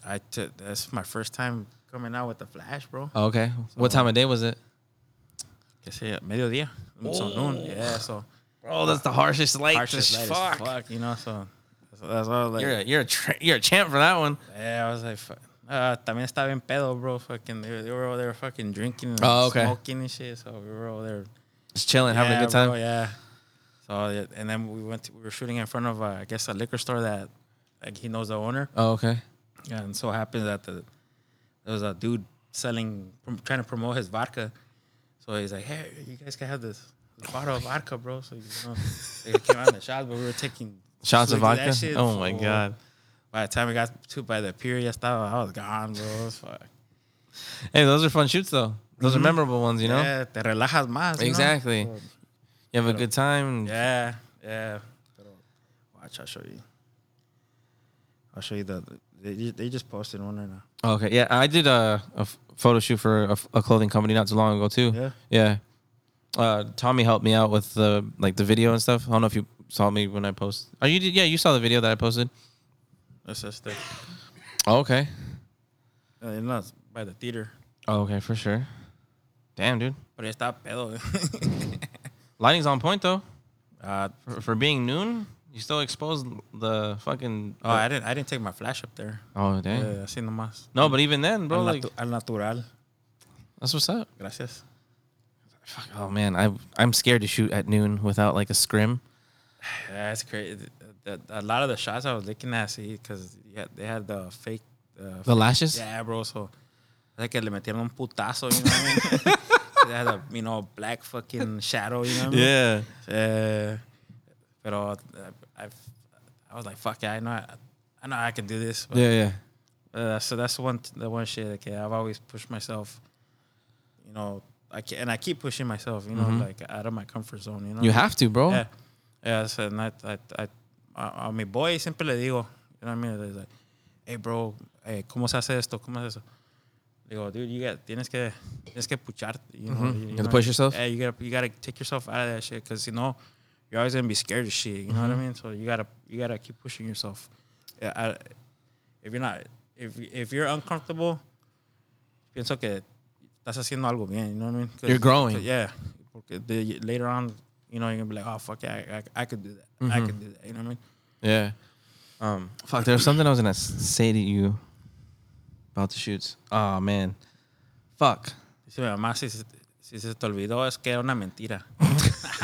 I t- that's my first time coming out with the flash, bro. Oh, okay. what time of day was it? Que sea, mediodía. So noon. Yeah, so Bro, that's the harshest light. harshest light as fuck, you know, so so that's all like You're a you're a tra- you're a champ for that one. yeah, I was like fuck. Uh, también estaba en pedo, bro. Fucking, they were, they were over there fucking drinking and Oh, okay. smoking and shit. So we were over there Just chilling, having a good time. Bro, yeah. So yeah, and then we went. To, we were shooting in front of, uh, I guess, a liquor store that, like, he knows the owner. Oh, okay. Yeah, and so happened that the there was a dude selling, prom- trying to promote his vodka. So he's like, "Hey, you guys can have this, this bottle of vodka, bro." So you know, they came out in the shots, but we were taking Shots of swigs that vodka. shit Oh my for- god. By the time we got to by the pier, yes, I was gone, bro. It was fuck. Hey, those are fun shoots though. Those are memorable ones, you know. yeah, te relajas más. you know? Exactly. You have a good time. Yeah, yeah. Pero watch, I'll show you. I'll show you the. They, ju- they just posted one right now. Okay. Yeah, I did a, a f- photo shoot for a, f- a clothing company not too long ago too. Yeah. Yeah. Uh, Tommy helped me out with the like the video and stuff. I don't know if you saw me when I post. Oh, you did. Yeah, you saw the video that I posted. That's just the. Oh, okay. Uh, you know, it's by the theater. Oh, okay, for sure. Damn, dude. But está pedo. eh. Lighting's on point though. uh, For, for being noon, you still expose the fucking. oh, I didn't. I didn't take my flash up there. oh dang. Yeah, así nomás. No, but even then, bro, al, like natu- al natural. that's what's up. Gracias. Fuck, oh man, I I'm scared to shoot at noon without like a scrim. That's crazy. A lot of the shots I was looking at, see, because yeah, they had the fake. Uh, The lashes. yeah, bro. So, like, que le metieron un putazo, you know what I mean? they had a, you know, black fucking shadow, you know what I mean? Yeah. Uh, but uh, I, I was like, fuck yeah, I know, I, I know I can do this. But, Yeah. Yeah. Uh, so that's the one, the one shit. Like, yeah, I've always pushed myself. You know, I can, and I keep pushing myself. You know, like out of my comfort zone. You know, You have to, bro. Yeah, yeah. So and I, I, I, a, a mi boy siempre le digo, you know what I mean? It's like, hey, bro, hey, ¿cómo se hace esto? ¿Cómo es eso? Le Digo, dude, you got, tienes que, tienes que puchar. You know, Mhm. you, You you gotta know, push yourself? Yeah, you gotta, you gotta take yourself out of that shit because you know, you're always gonna be scared of shit. You know Mm-hmm. what I mean? So you gotta, you gotta keep pushing yourself. Yeah, I, if you're not, if if you're uncomfortable, pienso que estás haciendo algo bien. You know what I mean? 'Cause- You're growing. 'cause, Yeah. Porque the, later on, you know, you're gonna be like, oh fuck yeah, I, I, I could do that. I could Mm-hmm. do that. You know what I mean? Yeah. Um, fuck, there was something I was gonna s- say to you about the shoots. Oh man. Fuck. Dice mi mamá, si, se- si se te olvidó, es que era una mentira.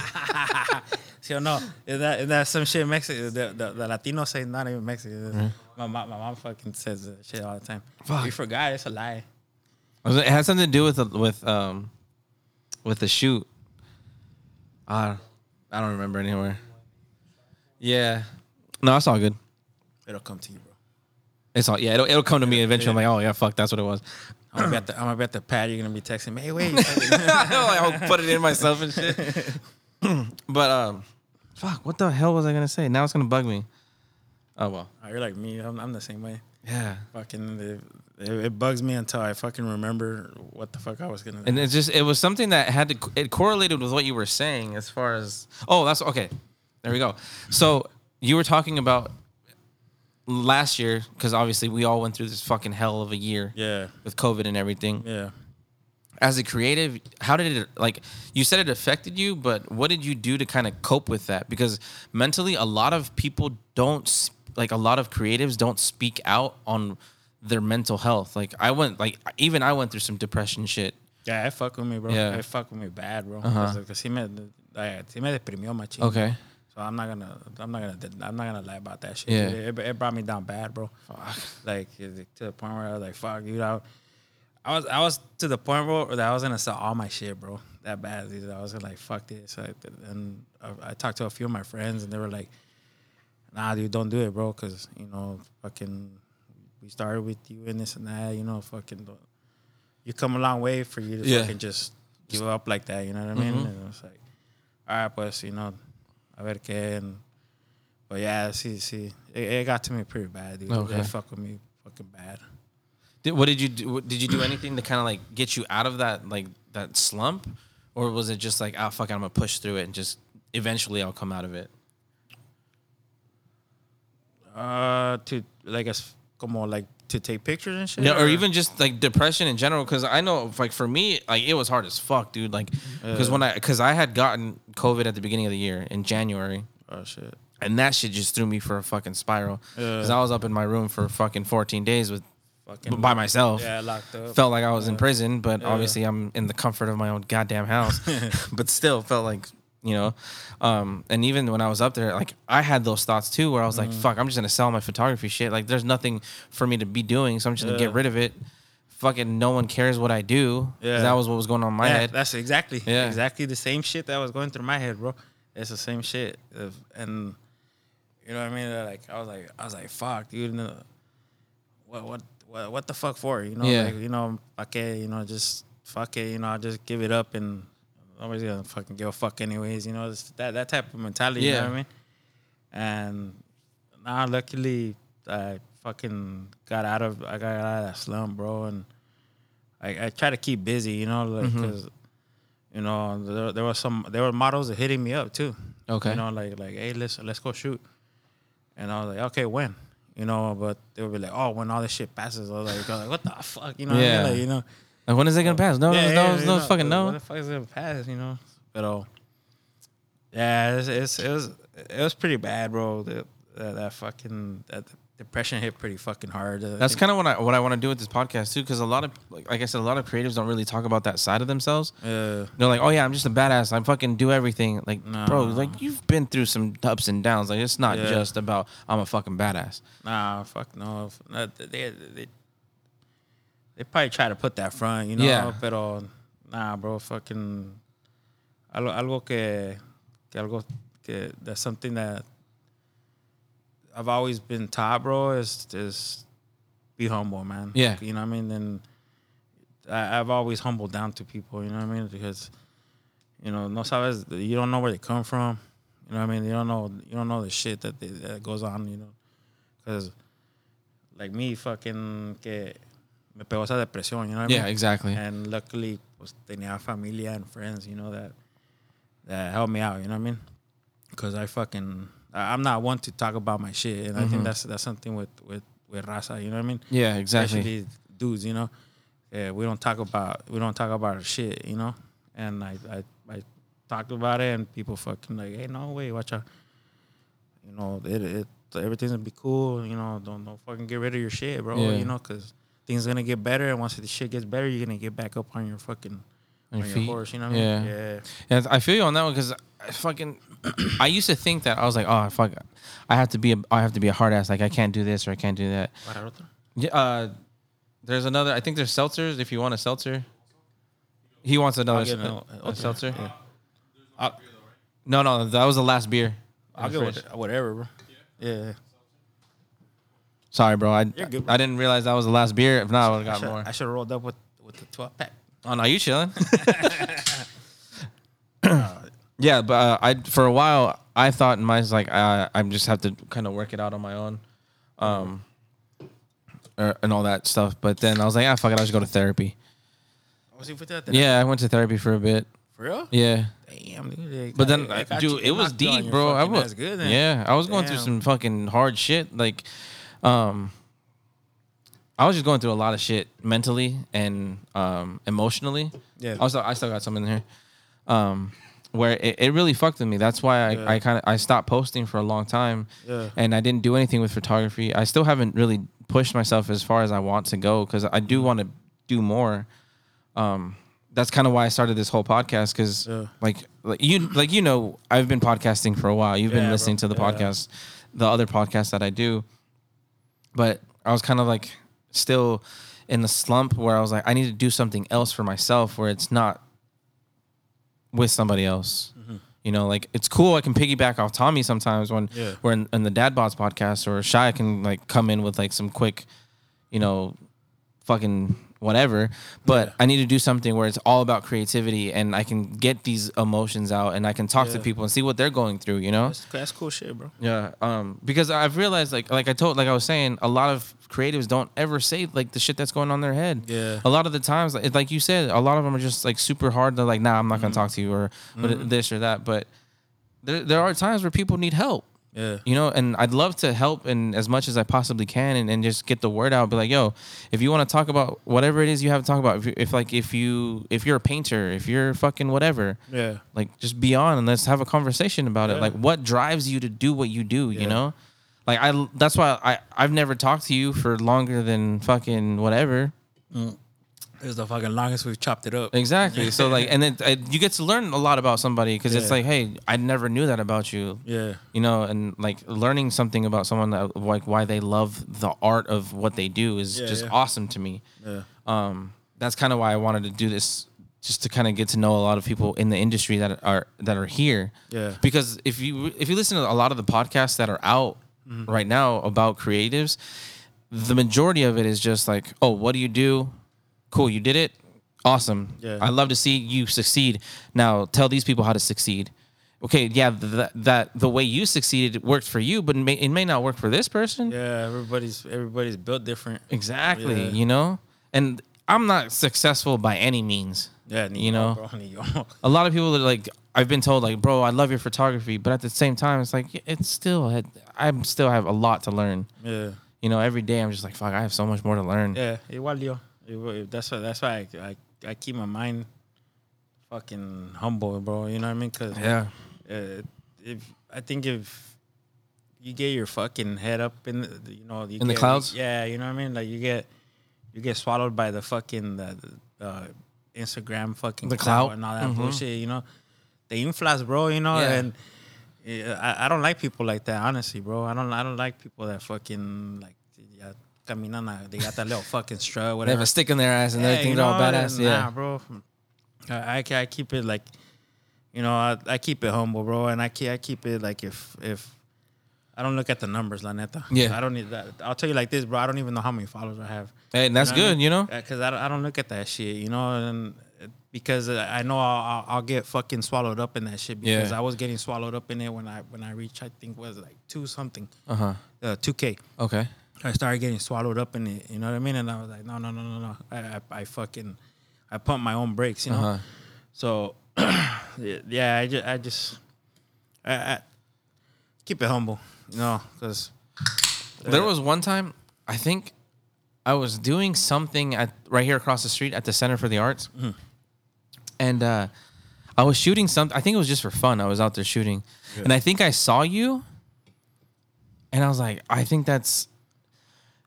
¿Sí o no? Is that, is that some shit in Mexico? The, the, the Latinos say not even Mexican. My, mom- my mom fucking says that shit all the time. Mm-hmm. Fuck. You forgot, it's a lie. I was- It had something to do with the, with um with the shoot. Uh, I don't remember anywhere. Yeah. No, it's all good. It'll come to you, bro. It's all yeah. It'll, it'll come to me eventually. I'm like, oh yeah, fuck, that's what it was. I'm gonna be at the, I'm gonna be at the pad. You're gonna be texting me, hey, wait. I'll put it in myself and shit. but um, fuck, what the hell was I gonna say? Now it's gonna bug me. Oh well. Oh, you're like me. I'm, I'm the same way. Yeah. Fucking, it, it, it bugs me until I fucking remember what the fuck I was gonna. And it's just it was something that had to it correlated with what you were saying as far as oh that's okay, there we go. So you were talking about last year because obviously we all went through this fucking hell of a year yeah, with COVID and everything. yeah. As a creative, how did it like you said it affected you, but what did you do to kind of cope with that? Because mentally, a lot of people don't sp- like a lot of creatives don't speak out on their mental health. Like I went like even I went through some depression shit. Yeah, it fuck with me, bro. Yeah. Uh-huh. It fuck with me bad, bro. Because uh me, like, sí me deprimió, machín. Okay. So So I'm not gonna, I'm not gonna, I'm not gonna lie about that shit. Yeah. It, it, it brought me down bad, bro. Like it- to the point where I was like, fuck, dude. I, I was, I was to the point bro, that I was gonna sell all my shit, bro. That bad, dude. I was gonna like, fuck this. I, and I, I talked to a few of my friends, and they were like, nah, dude, don't do it, bro, because you know, fucking, we started with you and this and that. You know, fucking, don't, you come a long way for you to Yeah. Mm-hmm. fucking just give up like that. You know what I mean? And I was like, all right, pues, you know, a ver qué. And, but yeah, see, see, it, it got to me pretty bad, dude. Okay. It fucked with me fucking bad. Did, what did you do? what- Did you do anything to kind of like get you out of that like that slump, or was it just like, oh fuck, it, I'm gonna push through it and just eventually I'll come out of it? Uh, to like as como like to take pictures and shit. Yeah, or even just like depression in general. Because I know, like for me, like it was hard as fuck, dude. Like, because when I because I had gotten COVID at the beginning of the year in January, oh shit. and that shit just threw me for a fucking spiral. Because I was up in my room for fucking 14 days with Fucking- by myself. Yeah, locked up. Felt like I was in prison, but obviously I'm in the comfort of my own goddamn house. but still felt like, you know, um, and even when I was up there, like I had those thoughts too, where I was like, Mm-hmm. fuck, I'm just gonna sell my photography shit. Like there's nothing for me to be doing, so I'm just gonna get rid of it. Fucking no one cares what I do. 'Cause Yeah. That was what was going on in my yeah, head. that's exactly Yeah. exactly the same shit that was going through my head, bro. It's the same shit, If- and you know what I mean. Like I was like I was like fuck, dude. no. what what what what the fuck for? You know, Yeah. like, you know, okay, you know, just fuck it. You know, I just give it up, and nobody's gonna fucking give a fuck anyways. You know, it's that that type of mentality. You Yeah. know what I mean? And now, luckily, I fucking got out of I got out of that slump, bro, and. I, I try to keep busy, you know, like Mm-hmm. 'cause, you know there, there was some there were models that hitting me up too. Okay. you know, like like hey, let's let's go shoot, and I was like, okay, when, you know, but they would be like, oh, when all this shit passes, I was like, I was like what the fuck, you know, what I Yeah. mean? like, you know, Like, when is it gonna pass? No, Yeah, no, yeah, no, you no, know, fucking When no. the fuck is it gonna pass, you know? But oh, yeah, it's, it's it was it was pretty bad, bro. That that, that fucking that depression hit pretty fucking hard. Uh, I That's think- kind of what I what I want to do with this podcast too, because a lot of like, like I said, a lot of creatives don't really talk about that side of themselves. uh, They're like, oh yeah, I'm just a badass. I fucking do everything. Like, bro, No. like you've been through some ups and downs. Like, it's not Yeah. just about I'm a fucking badass. Nah, fuck no. F- no, th- They they they probably try to put that front, you know. Yeah. Pero nah, bro, fucking algo, algo que, que algo que that's something that I've always been taught, bro. Is is be humble, man. Yeah. you know what I mean. And I, I've always humbled down to people, you know what I mean, because you know, no sabes, you don't know where they come from. You know what I mean? You don't know, you don't know the shit that, they, that goes on, you know. Because, like me, fucking, que me pegó esa depresión, you know what I mean? exactly. And luckily, pues, tenía familia and friends, you know, that that helped me out, you know what I mean? Because I fucking, I, I'm not one to talk about my shit. And I think that's that's something with, with, with raza, you know what I mean? Yeah, exactly. especially dudes, you know. Yeah, we don't talk about we don't talk about our shit, you know. And I I, I talked about it, and people fucking like, hey, no way, watch out. You know, it, it everything's gonna be cool. You know, don't don't fucking get rid of your shit, bro. Yeah. You know, cause things gonna get better, and once the shit gets better, you're gonna get back up on your fucking On on your your feet. horse. You know what I mean? Yeah. Yeah. Yeah, I feel you on that one because I fucking I used to think that I was like, oh fuck, I have to be a I have to be a hard ass. Like I can't do this or I can't do that. Para el otro? Yeah, uh, there's another. I think there's seltzers. If you want a seltzer, he wants another I'll get se- an- a okay. seltzer. Uh, I'll, No, no, that was the last beer. I'll get what, whatever, bro. Yeah. Sorry, bro. I You're good, bro. I didn't realize that was the last beer. If not, I would I have got should, more. I should have rolled up with with the twelve pack. Oh no, you chilling? yeah, but uh, I for a while I thought in my like uh, I just have to kind of work it out on my own, um, er, and all that stuff. But then I was like, ah, fuck it, I'll just go to therapy. Oh, see, put that there. Yeah, I went to therapy for a bit. For real? Yeah, Damn, dude. they but got- then they uh, got you- dude, they it was knocked you on deep, your bro. I fucking was ass good then. yeah, I was going through Damn. some fucking hard shit. Like, um, I was just going through a lot of shit mentally and um emotionally. Yeah. I still I still got some in here. Um, where it, it really fucked with me. That's why I, I kind of I stopped posting for a long time. Yeah. And I didn't do anything with photography. I still haven't really Mm. pushed myself as far as I want to go because I do want to do more. Um, that's kind of why I started this whole podcast because Yeah. like like you like you know I've been podcasting for a while. You've Yeah, been listening bro. to the Yeah. podcast, the other podcast that I do, but I was kind of like still in the slump where I was like I need to do something else for myself where it's not with somebody else. Mm-hmm. You know, like it's cool. I can piggyback off Tommy sometimes when Yeah. we're in, in the Dad Bots podcast, or Shy can like come in with like some quick, you know, fucking whatever. But Yeah. I need to do something where it's all about creativity, and I can get these emotions out, and I can talk to Yeah. people and see what they're going through. You know, That's, that's cool shit, bro. yeah, um, because I've realized, like, like I told, like I was saying, a lot of creatives don't ever say like the shit that's going on in their head. Yeah. A lot of the times, like, like you said, a lot of them are just like super hard. They're like, nah, I'm not Mm-hmm. gonna talk to you or but this or that. But there, there are times where people need help. Yeah. You know, and I'd love to help and as much as I possibly can, and, and just get the word out. Be like, yo, if you want to talk about whatever it is you have to talk about, if, you, if like if you if you're a painter, if you're fucking whatever, Yeah. like just be on and let's have a conversation about Yeah. it like what drives you to do what you do Yeah. you know like i that's why i i've never talked to you for longer than fucking whatever It's the fucking longest we've chopped it up. exactly so like and then uh, you get to learn a lot about somebody because it's Yeah. like hey i never knew that about you Yeah. you know and like learning something about someone that like why they love the art of what they do is Yeah, just yeah. awesome to me Yeah. um, that's kind of why I wanted to do this, just to kind of get to know a lot of people in the industry that are that are here. Yeah. Because if you if you listen to a lot of the podcasts that are out Mm-hmm. right now about creatives, the majority of it is just like, oh, what do you do? Cool, you did it. Awesome. Yeah. I love to see you succeed. Now tell these people how to succeed. Okay, yeah, th- that that the way you succeeded worked for you, but it may, it may not work for this person. Yeah. Everybody's everybody's built different. Exactly. Yeah. You know, and I'm not successful by any means. Yeah. New You know? York, bro, New York. A lot of people are like, I've been told like, bro, I love your photography, but at the same time, it's like it's still, I'm still have a lot to learn. Yeah. You know, every day I'm just like, fuck, I have so much more to learn. Yeah, igual yo. Igual- That's why. That's why I, I I keep my mind fucking humble, bro. You know what I mean? Cause Yeah. uh, if I think if you get your fucking head up in the, you know you In the get- clouds? yeah, you know what I mean. Like you get you get swallowed by the fucking the, the, uh, Instagram fucking The clout clout? and all that bullshit. You know, the inflas, bro. You know, Yeah. and yeah, I, I don't like people like that, honestly, bro. I don't I don't like people that fucking like yeah, caminando. They got that little fucking strut, They have whatever. a stick in their ass and Yeah, everything. you They're all know, badass. Nah, Yeah. bro. I, I ca- I keep it like, you know, I, I keep it humble, bro, and I keep I keep it like if if I don't look at the numbers, la neta. Yeah. I don't need that. I'll tell you like this, bro. I don't even know how many followers I have. Hey, and that's good. You know. Because I, don't- I don't look at that shit, you know, and it- because uh, I know I'll, I'll, I'll get fucking swallowed up in that shit because Yeah. I was getting swallowed up in it when I when I reached I think was like two something, Uh huh. uh, two k. Okay. I started getting swallowed up in it. You know what I mean? And I was like, no, no, no, no, no. I, I, I fucking, I pump my own brakes. You know. Uh-huh. So, yeah, I just, I just, I, I keep it humble. You know, because There was one time, I think I was doing something at right here across the street at the Center for the Arts, and uh, I was shooting something. I think it was just for fun. I was out there shooting, and I think I saw you, and I was like, I think that's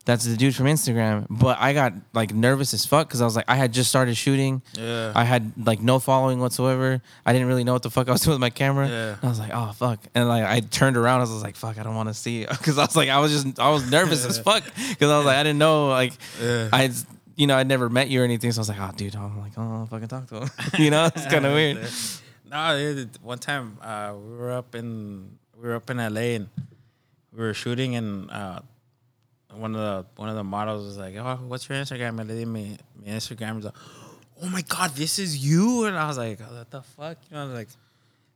that's the dude from Instagram. But I got like nervous as fuck because I was like, I had just started shooting. Yeah. I had like no following whatsoever. I didn't really know what the fuck I was doing with my camera. Yeah. I was like, oh fuck, and like I turned around. I was like, fuck, I don't want to see because I was like, I was just I was nervous as fuck because I was like, I didn't know like Yeah. I. You know, I'd never met you or anything, so I was like, "Oh, dude, I'm like, oh, I don't fucking talk to him." you know, it's kind of weird. No, it- it- one time uh, we were up in we were up in LA and we were shooting and uh, one of the one of the models was like, "Oh, what's your Instagram?" And they me my Instagram was like, "Oh my God, this is you!" And I was like, "What the fuck?" You know, I was like.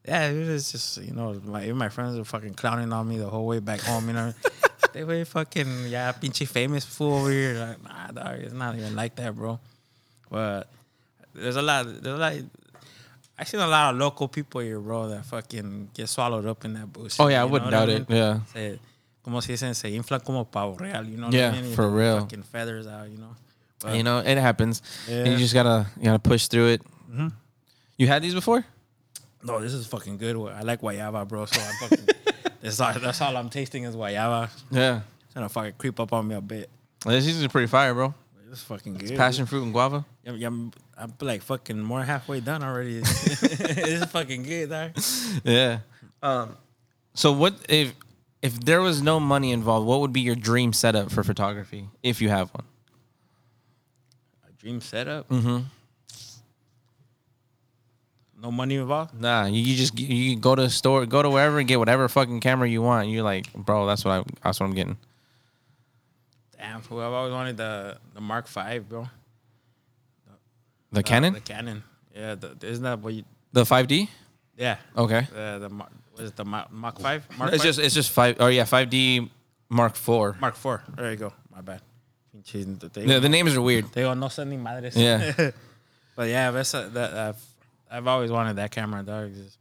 Yeah, it was just you know my even my friends were fucking clowning on me the whole way back home. You know, they were fucking yeah, pinchy famous fool over here. Like, nah, dog, it's not even like that, bro. But there's a lot. There's a lot. I seen a lot of local people here, bro, that fucking get swallowed up in that bullshit. Oh yeah, I you wouldn't know what doubt it. Yeah, Se, como se dicen, se inflan como pavo real. You know what Yeah, I mean? You for know, real. Fucking feathers out, you know. you know, it happens. Yeah. Mm-hmm. You just gotta, you gotta push through it. You had these before? No, this is fucking good. I like guayaba, bro. So I'm fucking. that's, all, that's all I'm tasting is guayaba. Yeah, Trying to fucking creep up on me a bit. this is pretty fire, bro. It's fucking good. Passion fruit and guava. I'm, I'm, I'm like fucking more halfway done already. it's fucking good, dog. Yeah. Um, so what if if there was no money involved? What would be your dream setup for photography if you have one? A dream setup. Mm-hmm. No money involved. Nah, you, you just you go to a store, go to wherever and get whatever fucking camera you want. You're like, bro, that's what I that's what I'm getting. Damn, fool! I've always wanted the the Mark V, bro. The The- Canon, The Canon. Yeah, the, isn't that what you? the 5D. Yeah. Okay. Uh, the Mar- what is it, the Mar- Mark Five? Mark it's five? just it's just five. Oh yeah, 5D Mark Four. Mark Four. There you go. My bad. Pinche- They, The, the names are weird. they all no sending madres. Yeah. but yeah, that's a, that I've I've always wanted that camera, dog. Just,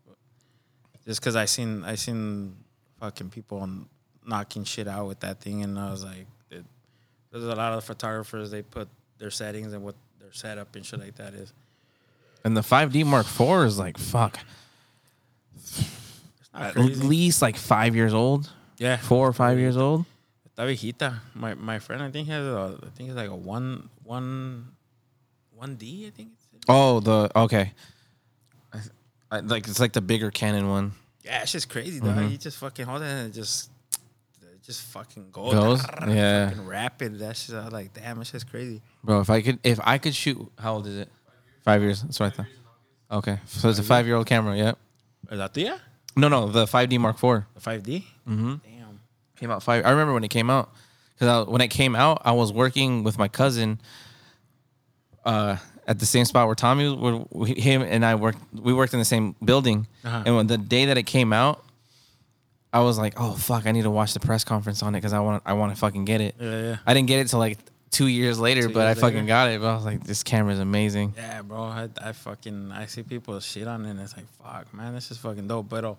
just cause I seen I seen fucking people on- knocking shit out with that thing, and I was like, it, there's a lot of photographers they put their settings and what their setup and shit like that is. And the 5D Mark Four is like fuck. It's not At crazy. least like five years old, yeah, four or five years old. Está viejita. My my friend, I think has a, I think it's like a one one one D. I think it's. Oh, the okay. I, I, like it's like the bigger Canon one. Yeah, it's just crazy, dog. You just fucking hold it and it just, it just fucking goes. Goes? Yeah. Fucking rapid. That shit. I was like, damn, it's just crazy. Bro, if I could, if I could shoot, how old is it? Five years. That's what I thought. Okay, so it's a five-year-old camera. Yep. La tuya? No, no, the 5D Mark IV The five D. Mm-hmm. Damn. came out five. I remember when it came out because when it came out, I was working with my cousin. Uh, at the same spot where Tommy, was- where we- him and I worked, we worked in the same building. Uh-huh. And when the day that it came out, I was like, "Oh fuck, I need to watch the press conference on it because I want, I want to fucking get it." Yeah, yeah. I didn't get it till like two years later, Two but years I fucking later. got it. But I was like, "This camera is amazing." Yeah, bro. I, I fucking I see people shit on it and it's like, fuck, man, this is fucking dope. But oh,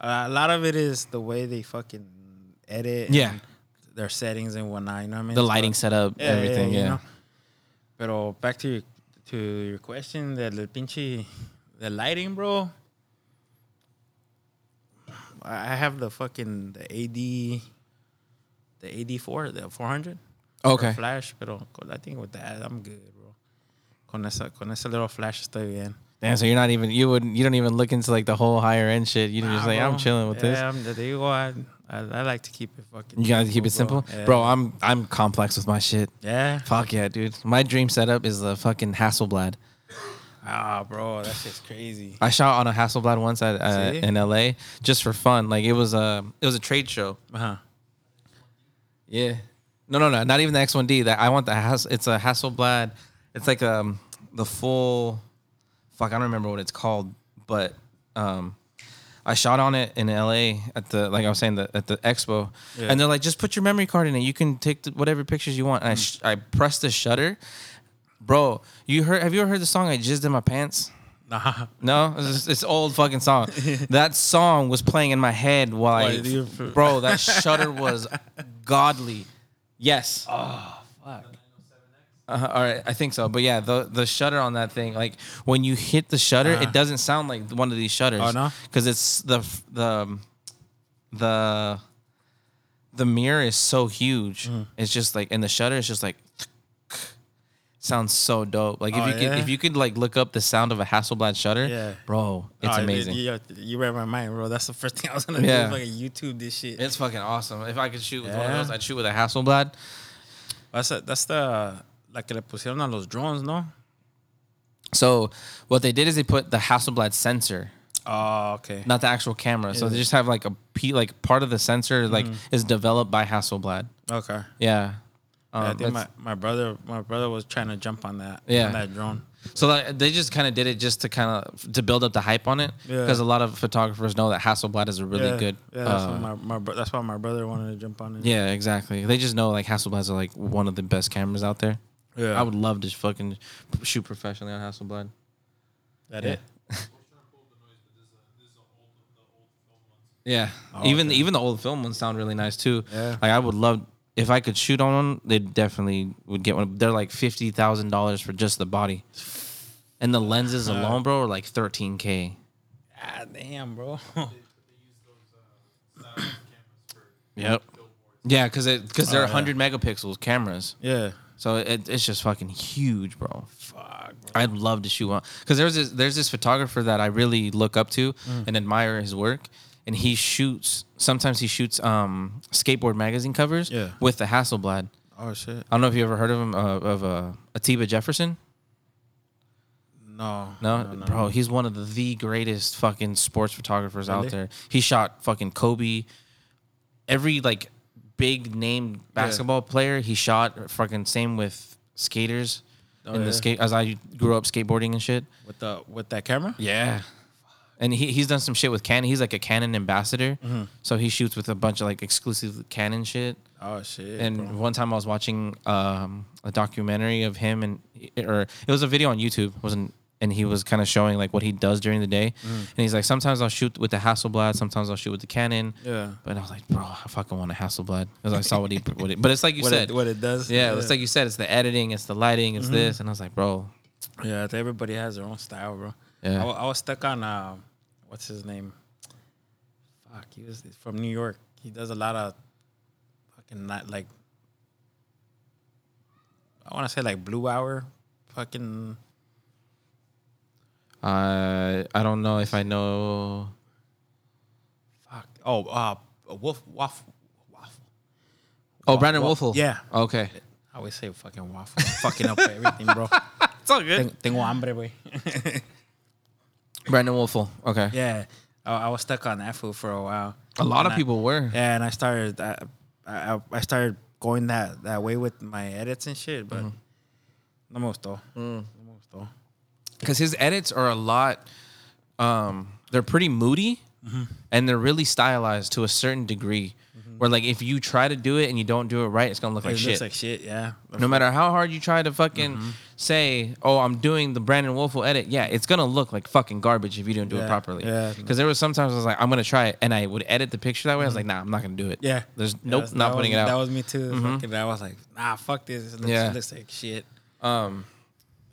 uh, a lot of it is the way they fucking edit. Yeah. and Their settings and whatnot. You know what I mean? The So- lighting setup, everything. Yeah. you know. Pero back to your, to your question, the, the pinche, the lighting, bro. I I have the fucking the AD, the AD four, the four hundred. Okay. Flash, pero con- I think with that I'm good, bro. Con esa, con esa little flash estoy bien. Damn. So you're not even you would you don't even look into like the whole higher end shit. You're just Nah, like, Ah, bro. I'm chilling with yeah, this. I'm, there you go. I, I, I like to keep it fucking. You gotta keep it simple, Yeah. bro. I'm I'm complex with my shit. Yeah. Fuck yeah, dude. My dream setup is the fucking Hasselblad. Ah, bro, that's just crazy. I shot on a Hasselblad once at uh, See? in L.A. just for fun. Like it was a it was a trade show. Uh huh. Yeah. No, no, no. Not even the X1D. That I want the Hass. It's a Hasselblad. It's like um the full. Fuck, I don't remember what it's called, but um, I shot on it in LA at the like I was saying the, at the expo, Yeah. and they're like, just put your memory card in it. You can take the, whatever pictures you want. And I Hmm. sh- I pressed the shutter, bro. You heard? Have you ever heard the song "I Jizzed in My Pants"? Nah. No, it's, just, it's old fucking song. that song was playing in my head while I, Why do you- bro, that shutter was godly. Yes. Oh fuck. Uh, all right, I think so. But yeah, the the shutter on that thing, like when you hit the shutter, it doesn't sound like one of these shutters. Uh-huh. Oh, no? because it's the f- the um, the the mirror is so huge. Mm-hmm. It's just like, and the shutter is just like. Sounds so dope. Like if Oh, you yeah? could if you could like look up the sound of a Hasselblad shutter, Yeah. bro, it's Oh, amazing. You, you, you read my mind, bro. That's the first thing I was gonna Yeah. do. Fucking YouTube this shit. It's fucking awesome. If I could shoot with one of Yeah. those, I'd shoot with a Hasselblad. That's a, that's the la que le pusieron a los drones, no? So what they did is they put the Hasselblad sensor, Oh, okay. not the actual camera. So they just have like a p like part of the sensor like Mm. is developed by Hasselblad. Okay. Yeah. Um, I think that's- my, my brother my brother was trying to jump on that Yeah. on that drone. So like, they just kind of did it just to kind of to build up the hype on it Yeah. because a lot of photographers know that Hasselblad is a really yeah. good. Yeah, that's, uh, what my, my, bro- that's why my brother wanted to jump on it. yeah, exactly. They just know like Hasselblads are like one of the best cameras out there. Yeah. I would love to fucking shoot professionally on Hasselblad. that yeah. it. Yeah. Oh, even okay. even the old film ones sound really nice too. Yeah. Like I would love if I could shoot on one, they definitely would get one. They're like fifty thousand dollars for just the body. And the lenses Uh-huh. alone, bro, are like thirteen K. Ah damn, bro. Yep. Yeah, because because they're Oh, yeah. Oh, hundred megapixels cameras. yeah. So it, it's just fucking huge, bro. Fuck. Bro. I'd love to shoot one because there's this there's this photographer that I really look up to Mm. and admire his work, and he shoots. Sometimes he shoots um, skateboard magazine covers Yeah. with the Hasselblad. Oh shit. I don't know if you ever heard of him uh, of uh, Atiba Jefferson. No. No, bro, he's one of the, the greatest fucking sports photographers out there. He shot fucking Kobe, every like big named basketball player. He shot fucking same with skaters Oh, in yeah. the skate as I grew up skateboarding and shit. With the with that camera. Yeah. And he, he's done some shit with Canon. He's like a Canon ambassador. So he shoots with a bunch of like exclusive Canon shit. Oh shit. And bro. one time I was watching um, a documentary of him, and or it was a video on YouTube, It wasn't? And he was kind of showing like what he does during the day, and he's like, sometimes I'll shoot with the Hasselblad, sometimes I'll shoot with the Canon. Yeah. But I was like, bro, I fucking want a Hasselblad because I saw what he, what it, but it's like you what said, it, what it does. yeah, Mm-hmm. it's like you said, it's the editing, it's the lighting, it's this, and I was like, bro, Yeah, I think everybody has their own style, bro. Yeah. I, wa- I was stuck on uh, what's his name? Fuck, he was from New York. He does a lot of fucking not like I want to say like blue hour, fucking uh, I don't know if I know. fuck. Oh, uh, wolf, waffle, waffle. Oh, Brandon Wa- Wolfel. Yeah, Okay. I always say fucking waffle, fucking up everything, bro. It's all good. Ten- Tengo hambre, güey. Brandon Wolfel. Okay. Yeah, I, I was stuck on that food for a while. A lot And of I- people were. Yeah, and I started I, I I started going that that way with my edits and shit, but Mm-hmm. no more though. Mm. No more though. because his edits are a lot um they're pretty moody Mm-hmm. and they're really stylized to a certain degree where like if you try to do it and you don't do it right it's gonna look like it shit looks like Mm-hmm. shit, yeah. no matter how hard you try to fucking say oh i'm doing the brandon wolfel edit yeah it's gonna look like fucking garbage if you don't do it Yeah, properly yeah. because there was sometimes i was like i'm gonna try it and i would edit the picture that way i was like nah i'm not gonna do it Mm-hmm. Yeah. there's Yeah, nope that's- not that putting was, it That out Mm-hmm. was me too. Fucking, I was like, nah, fuck this. It looks, Yeah. it looks like shit. um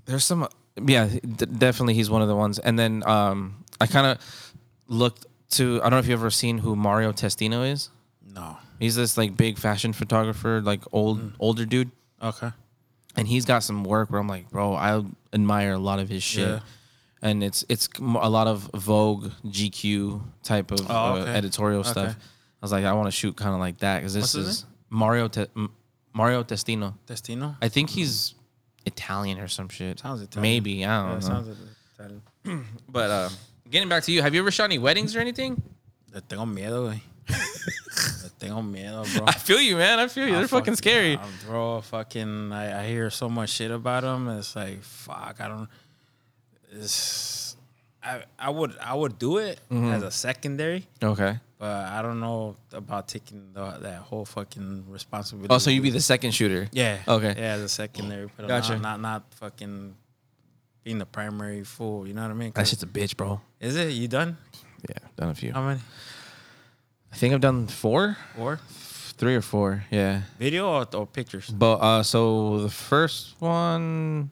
there's some yeah d- definitely he's one of the ones and then um i kind of looked to i don't know if you've ever seen who mario testino is No. he's this like big fashion photographer like old Mm. older dude Okay. and he's got some work where i'm like bro i admire a lot of his shit Yeah. and it's it's m- a lot of vogue gq type of Oh, uh, okay. editorial stuff Okay. i was like i want to shoot kind of like that because this is What's his mario Te- M- mario testino Destino? i think he's italian or some shit Sounds Italian. maybe i don't Yeah, know sounds Italian. But uh, getting back to you, have you ever shot any weddings or anything? Le tengo miedo, güey. Le tengo miedo, bro. I feel you, man. I feel you. I They're fucking fuck- scary. yeah, bro. Fucking, I, I hear so much shit about them. It's like, fuck, I don't. It's, I, I would, I would do it Mm-hmm. as a secondary, Okay. but I don't know about taking the, that whole fucking responsibility. Oh, so you'd be the second shooter? yeah, Okay. yeah, as a secondary, but Gotcha. not, not, not fucking being the primary fool. You know what I mean? That 'Cause- shit's a bitch, bro. Is it? You done? Yeah, done a few. How many? I think I've done four, Or three or four. Yeah. video or, or pictures? But uh, so the first one,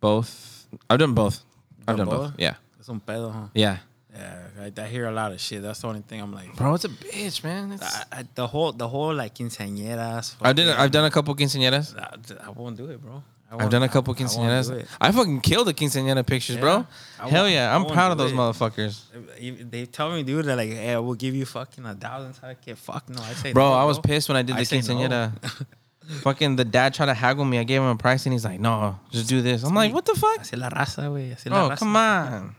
both. I've done both. I've Done done both. both? Yeah. It's un pedo, huh? Yeah. Yeah, I, I hear a lot of shit. That's the only thing I'm like. Bro, it's a bitch, man. It's, I, I, the whole the whole like quinceañeras. I did. I've done a couple quinceañeras. I, I won't do it, bro. I I've won't- done a couple I- I won't do quinceañeras. it. I fucking killed the quinceañera pictures, Yeah. bro. I Hell won't- yeah, I I'm won't proud of do those it. motherfuckers. If They tell me, dude, they're like, "Hey, I will give you fucking a thousand so I can fuck." No, I say, Bro, no, I was pissed when I did I the say no. quinceañera. Fucking the dad tried to haggle me. I gave him a price and he's like, "No, just do this." I'm like, "What the fuck, Así la raza, güey. Así la bro? raza. Oh, Come on,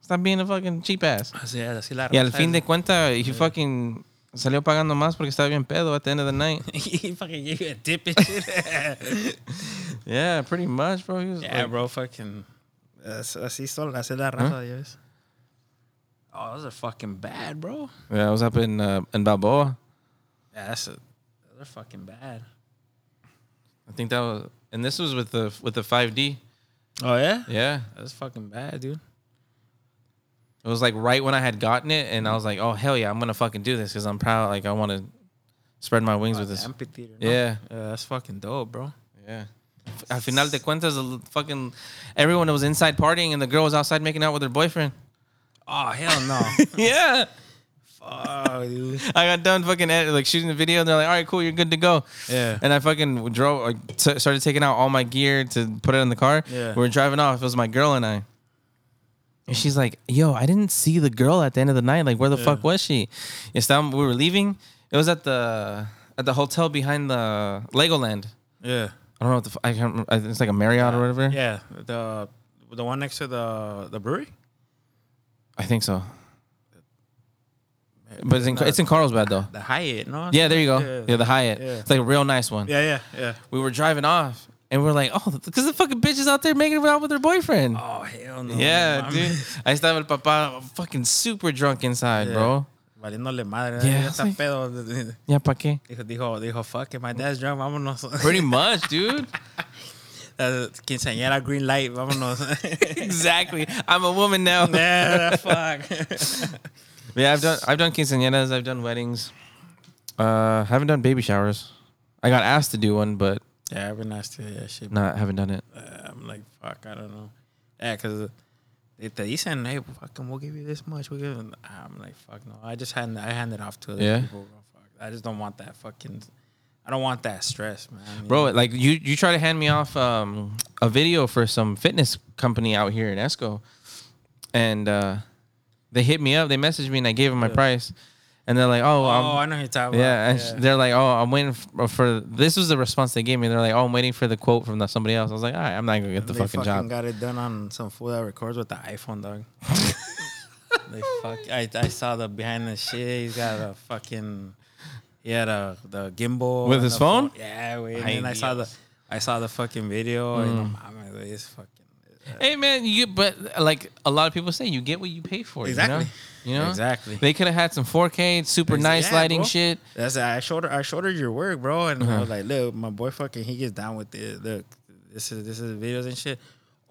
stop being a fucking cheap ass." Así, así la raza. Y al fin de cuenta, he fucking salió pagando más porque estaba bien pedo at the end of the night. he fucking gave you a tip and shit. Yeah, pretty much, bro. He was yeah, like- bro, fucking. As- Así son, así la raza, ya ves. Oh, those are fucking bad, bro. Yeah, I was up in uh, in Balboa. Yeah, that's a, those are fucking bad. I think that was, and this was with the with the 5D. Oh yeah, Yeah, that's fucking bad, dude. it was like right when I had gotten it, and I was like, "Oh hell yeah, I'm gonna fucking do this because I'm proud. Like I want to spread my wings with Like this." amphitheater. no? Yeah. Yeah, that's fucking dope, bro. Yeah. Al final de cuentas, the l- fucking everyone was inside partying and the girl was outside making out with her boyfriend. Oh hell no. yeah. oh, dude. I got done fucking edit, like shooting the video, and they're like, "All right, cool, you're good to go." Yeah. And I fucking drove, like, t- started taking out all my gear to put it in the car. Yeah. We were driving off. It was my girl and I. And she's like, "Yo, I didn't see the girl at the end of the night. Like, where the fuck was she?" It's time we were leaving. It was at the at the hotel behind the Legoland. Yeah. I don't know what the fu- I can't. Remember, I think it's like a Marriott or whatever. Yeah. The the one next to the the brewery. I think so. But it's in, No, it's in Carlsbad though. the Hyatt, no? Yeah, there you go. Yeah, Yeah. the Hyatt. Yeah. It's like a real nice one. Yeah, yeah, yeah. we were driving off and we are like, oh, because the fucking bitch is out there making it out with her boyfriend. Oh hell no. yeah, no dude. mames. I estaba el papa fucking super drunk inside, Yeah. bro. Valiéndole madre. Yeah, Yeah. I was like- pedo. Yeah, pa qué? Dijo, dijo, dijo, fuck it, my dad's drunk, vámonos. Pretty much, dude. Uh, Quinceañera, green light, vámonos. exactly. I'm a woman now. yeah, fuck. Yeah, I've done I've done quinceañeras, I've done weddings. Uh, haven't done baby showers. I got asked to do one, but yeah, I've been asked to, yeah, shit. not haven't done it. Uh, I'm like, fuck, I don't know. Yeah, because they te dicen, hey, fucking, we'll give you this much. We'll give you-" I'm like, fuck, no. I just hand, I hand it off to other Yeah. people. Bro. Fuck. I just don't want that fucking, I don't want that stress, man. Bro, like you you try to hand me off um, a video for some fitness company out here in Esco, and uh, they hit me up. They messaged me and I gave them my price, and they're like, "Oh, Oh, I'm- I know who you're talking yeah." about. And sh They're like, "Oh, I'm waiting for, for this." Was the response they gave me? They're like, "Oh, I'm waiting for the quote from the, somebody else." I was like, "All right, I'm not gonna get the They fucking, job." got it done on some fool that records with the iPhone, dog. they fuck. I, I saw the behind the shit. He's got a fucking. He had a the gimbal With and his the phone? Yeah, wait. And Ay, then I saw the Dios. Mm. I saw the fucking video. And no mames, güey, it's fucking. Hey man, you but like a lot of people say, you get what you pay for. you know? Exactly. You know, Exactly. They could have had some 4K, super Ex- nice yeah, lighting bro. shit. That's I showed her- I showed her your work, bro, and I was Uh-huh. like, look, my boy, fucking, he gets down with it. Look, this is this is videos and shit.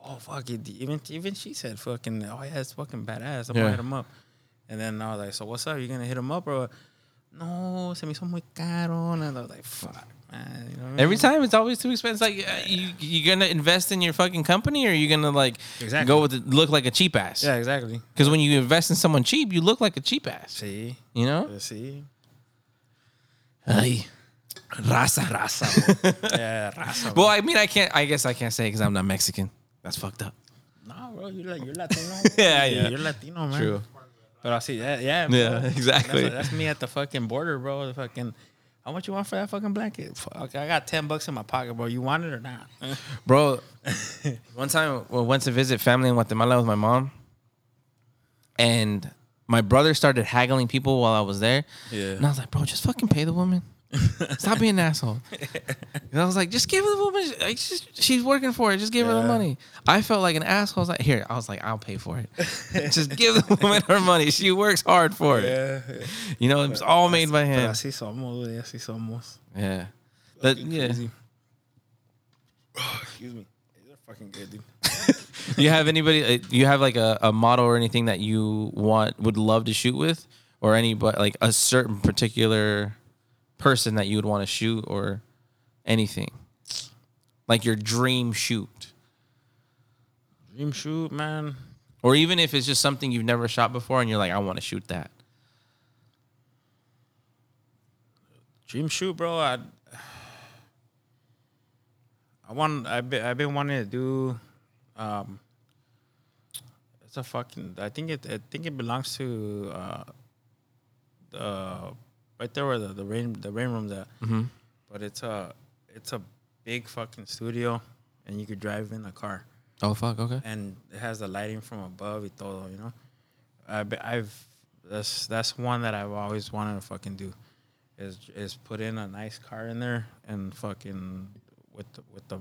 Oh fuck it! Even even she said, fucking, oh yeah, it's fucking badass. I'm Yeah. gonna hit him up. And then I was like, so what's up? You gonna hit him up, bro? No, se me hizo muy caro, and I was like, fuck, man. You know what I mean? Every time it's always too expensive. Like uh, you, you gonna invest in your fucking company, or you gonna like Exactly. go with it, look like a cheap ass? Yeah, exactly. Because when you invest in someone cheap, you look like a cheap ass. See, You know. Uh, see, Ay. raza, raza. bro. yeah, raza. bro. Well, I mean, I can't. I guess I can't say because I'm not Mexican. That's fucked up. No, bro, you're like you're Latino. Yeah, yeah. You're Latino, man. True. But I see that. Yeah, Yeah, bro. exactly. That's, that's me at the fucking border, bro. The fucking, how much you want for that fucking blanket? Fuck, I got ten bucks in my pocket, bro. You want it or not? Bro, one time I went to visit family in Guatemala with my mom, and my brother started haggling people while I was there. Yeah. And I was like, bro, just fucking pay the woman. Stop being an asshole. And I was like, just give the woman, like, she's, she's working for it. Just give her the Yeah. money. I felt like an asshole. I was like, here, I was like, I'll pay for it. just give the woman her money. She works hard for it. yeah. You know, it's all made by Pero hand. así somos, güey. Así somos. Yeah. But, yeah. Crazy. Excuse me. They're fucking good, dude. Do you have anybody? uh, Do you have like a, a model or anything that you want would love to shoot with, or any but like a certain particular person that you would want to shoot or anything, like your dream shoot, Dream shoot, man. or even if it's just something you've never shot before and you're like, I want to shoot that. Dream shoot, bro. I I want. I've been, I've been wanting to do. Um, it's a fucking. I think it. I think it belongs to. Uh, the right there where the, the rain the rain room's at. But it's a it's a big fucking studio, and you could drive in a car, Oh fuck! Okay. and it has the lighting from above. It todo, you know. I be- I've that's that's one that I've always wanted to fucking do, is is put in a nice car in there and fucking with the, with the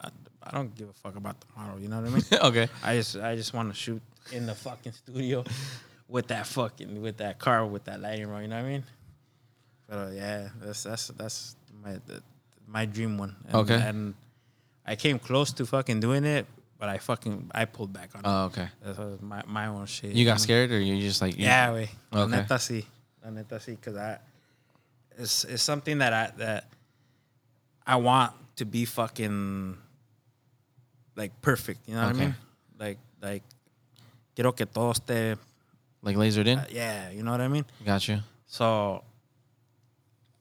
I, I don't give a fuck about the model, you know what I mean? okay. I just I just want to shoot in the fucking studio with that fucking with that car with that lighting, bro. You know what I mean? But uh, yeah, that's that's that's my the, my dream one. And, Okay. And I came close to fucking doing it, but I fucking I pulled back on it. Oh okay. That was my my own shit. You know? got scared, or you just like you- Yeah, way. La Okay. neta sí. La neta sí, because I it's it's something that I that I want to be fucking like perfect. You know what Okay. I mean? Like like quiero que todo esté like lasered in. Uh, yeah, you know what I mean. Gotcha. So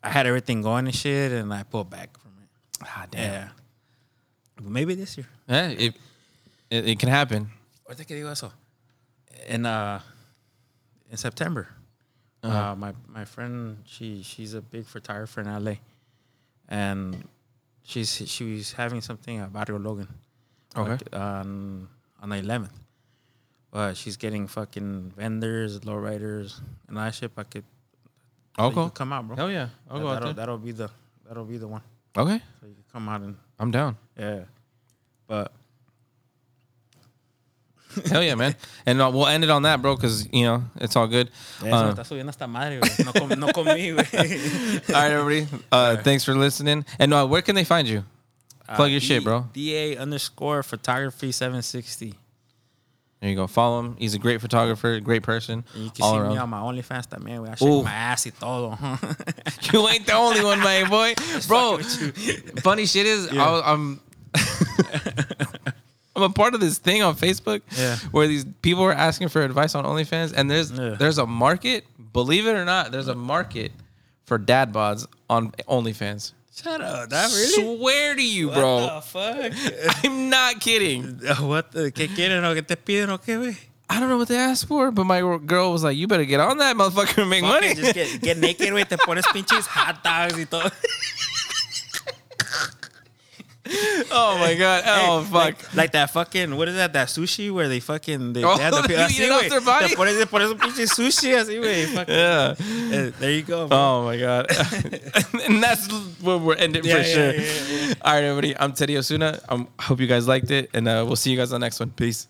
I had everything going and shit, and I pulled back from it. Ah, Yeah, but maybe this year. Yeah, it, it it can happen. Ahorita que digo eso. In uh, in September, uh Uh-huh. my my friend she she's a big photographer in LA, and she's she was having something at Barrio Logan, Okay. like, on on the eleventh. But she's getting fucking vendors, lowriders, and I shit. I could so I'll you go. could come out, bro. Hell yeah, I'll go that'll, out there. that'll be the that'll be the one. Okay, So you can come out and I'm down. yeah, but Hell yeah, man. And uh, we'll end it on that, bro, because you know it's all good. yeah, Uh, se me está subiendo hasta madre, güey. No, com- no comí, güey. all right, everybody. Uh, thanks for listening. And uh, where can they find you? Uh, Plug your shit, bro. Da underscore photography seven sixty. There you go. Follow him. He's a great photographer, great person. You can All see me around. on my OnlyFans también, güey. I Ooh. shake my ass y todo. you ain't the only one, my boy, bro. Funny shit is, Yeah. I was, I'm. I'm a part of this thing on Facebook Yeah. where these people were asking for advice on OnlyFans, and there's Yeah. there's a market. Believe it or not, there's a market for dad bods on OnlyFans. Shut up, that Swear to you, What bro. the I'm not kidding. fuck? what the, ¿Qué quieren o qué te piden o qué, güey? I don't know what they asked for, but my girl was like, "You better get on that motherfucker and make money." Fucking Just get, get naked, güey. Te pones pinches hot dogs y todo. oh my god. Oh Hey, fuck. Like, like that fucking, what is that? That sushi where they fucking, they, Oh, they have the you así, eat off güey. their body? Te pones, te pones un pinche sushi así, güey. Fuck. yeah. Eh, There you go, bro. Oh my god. and that's where we're ending Yeah, for yeah, sure. yeah, yeah, All right, everybody. I'm Teddy Osuna. I hope you guys liked it, and uh, we'll see you guys on the next one. Peace.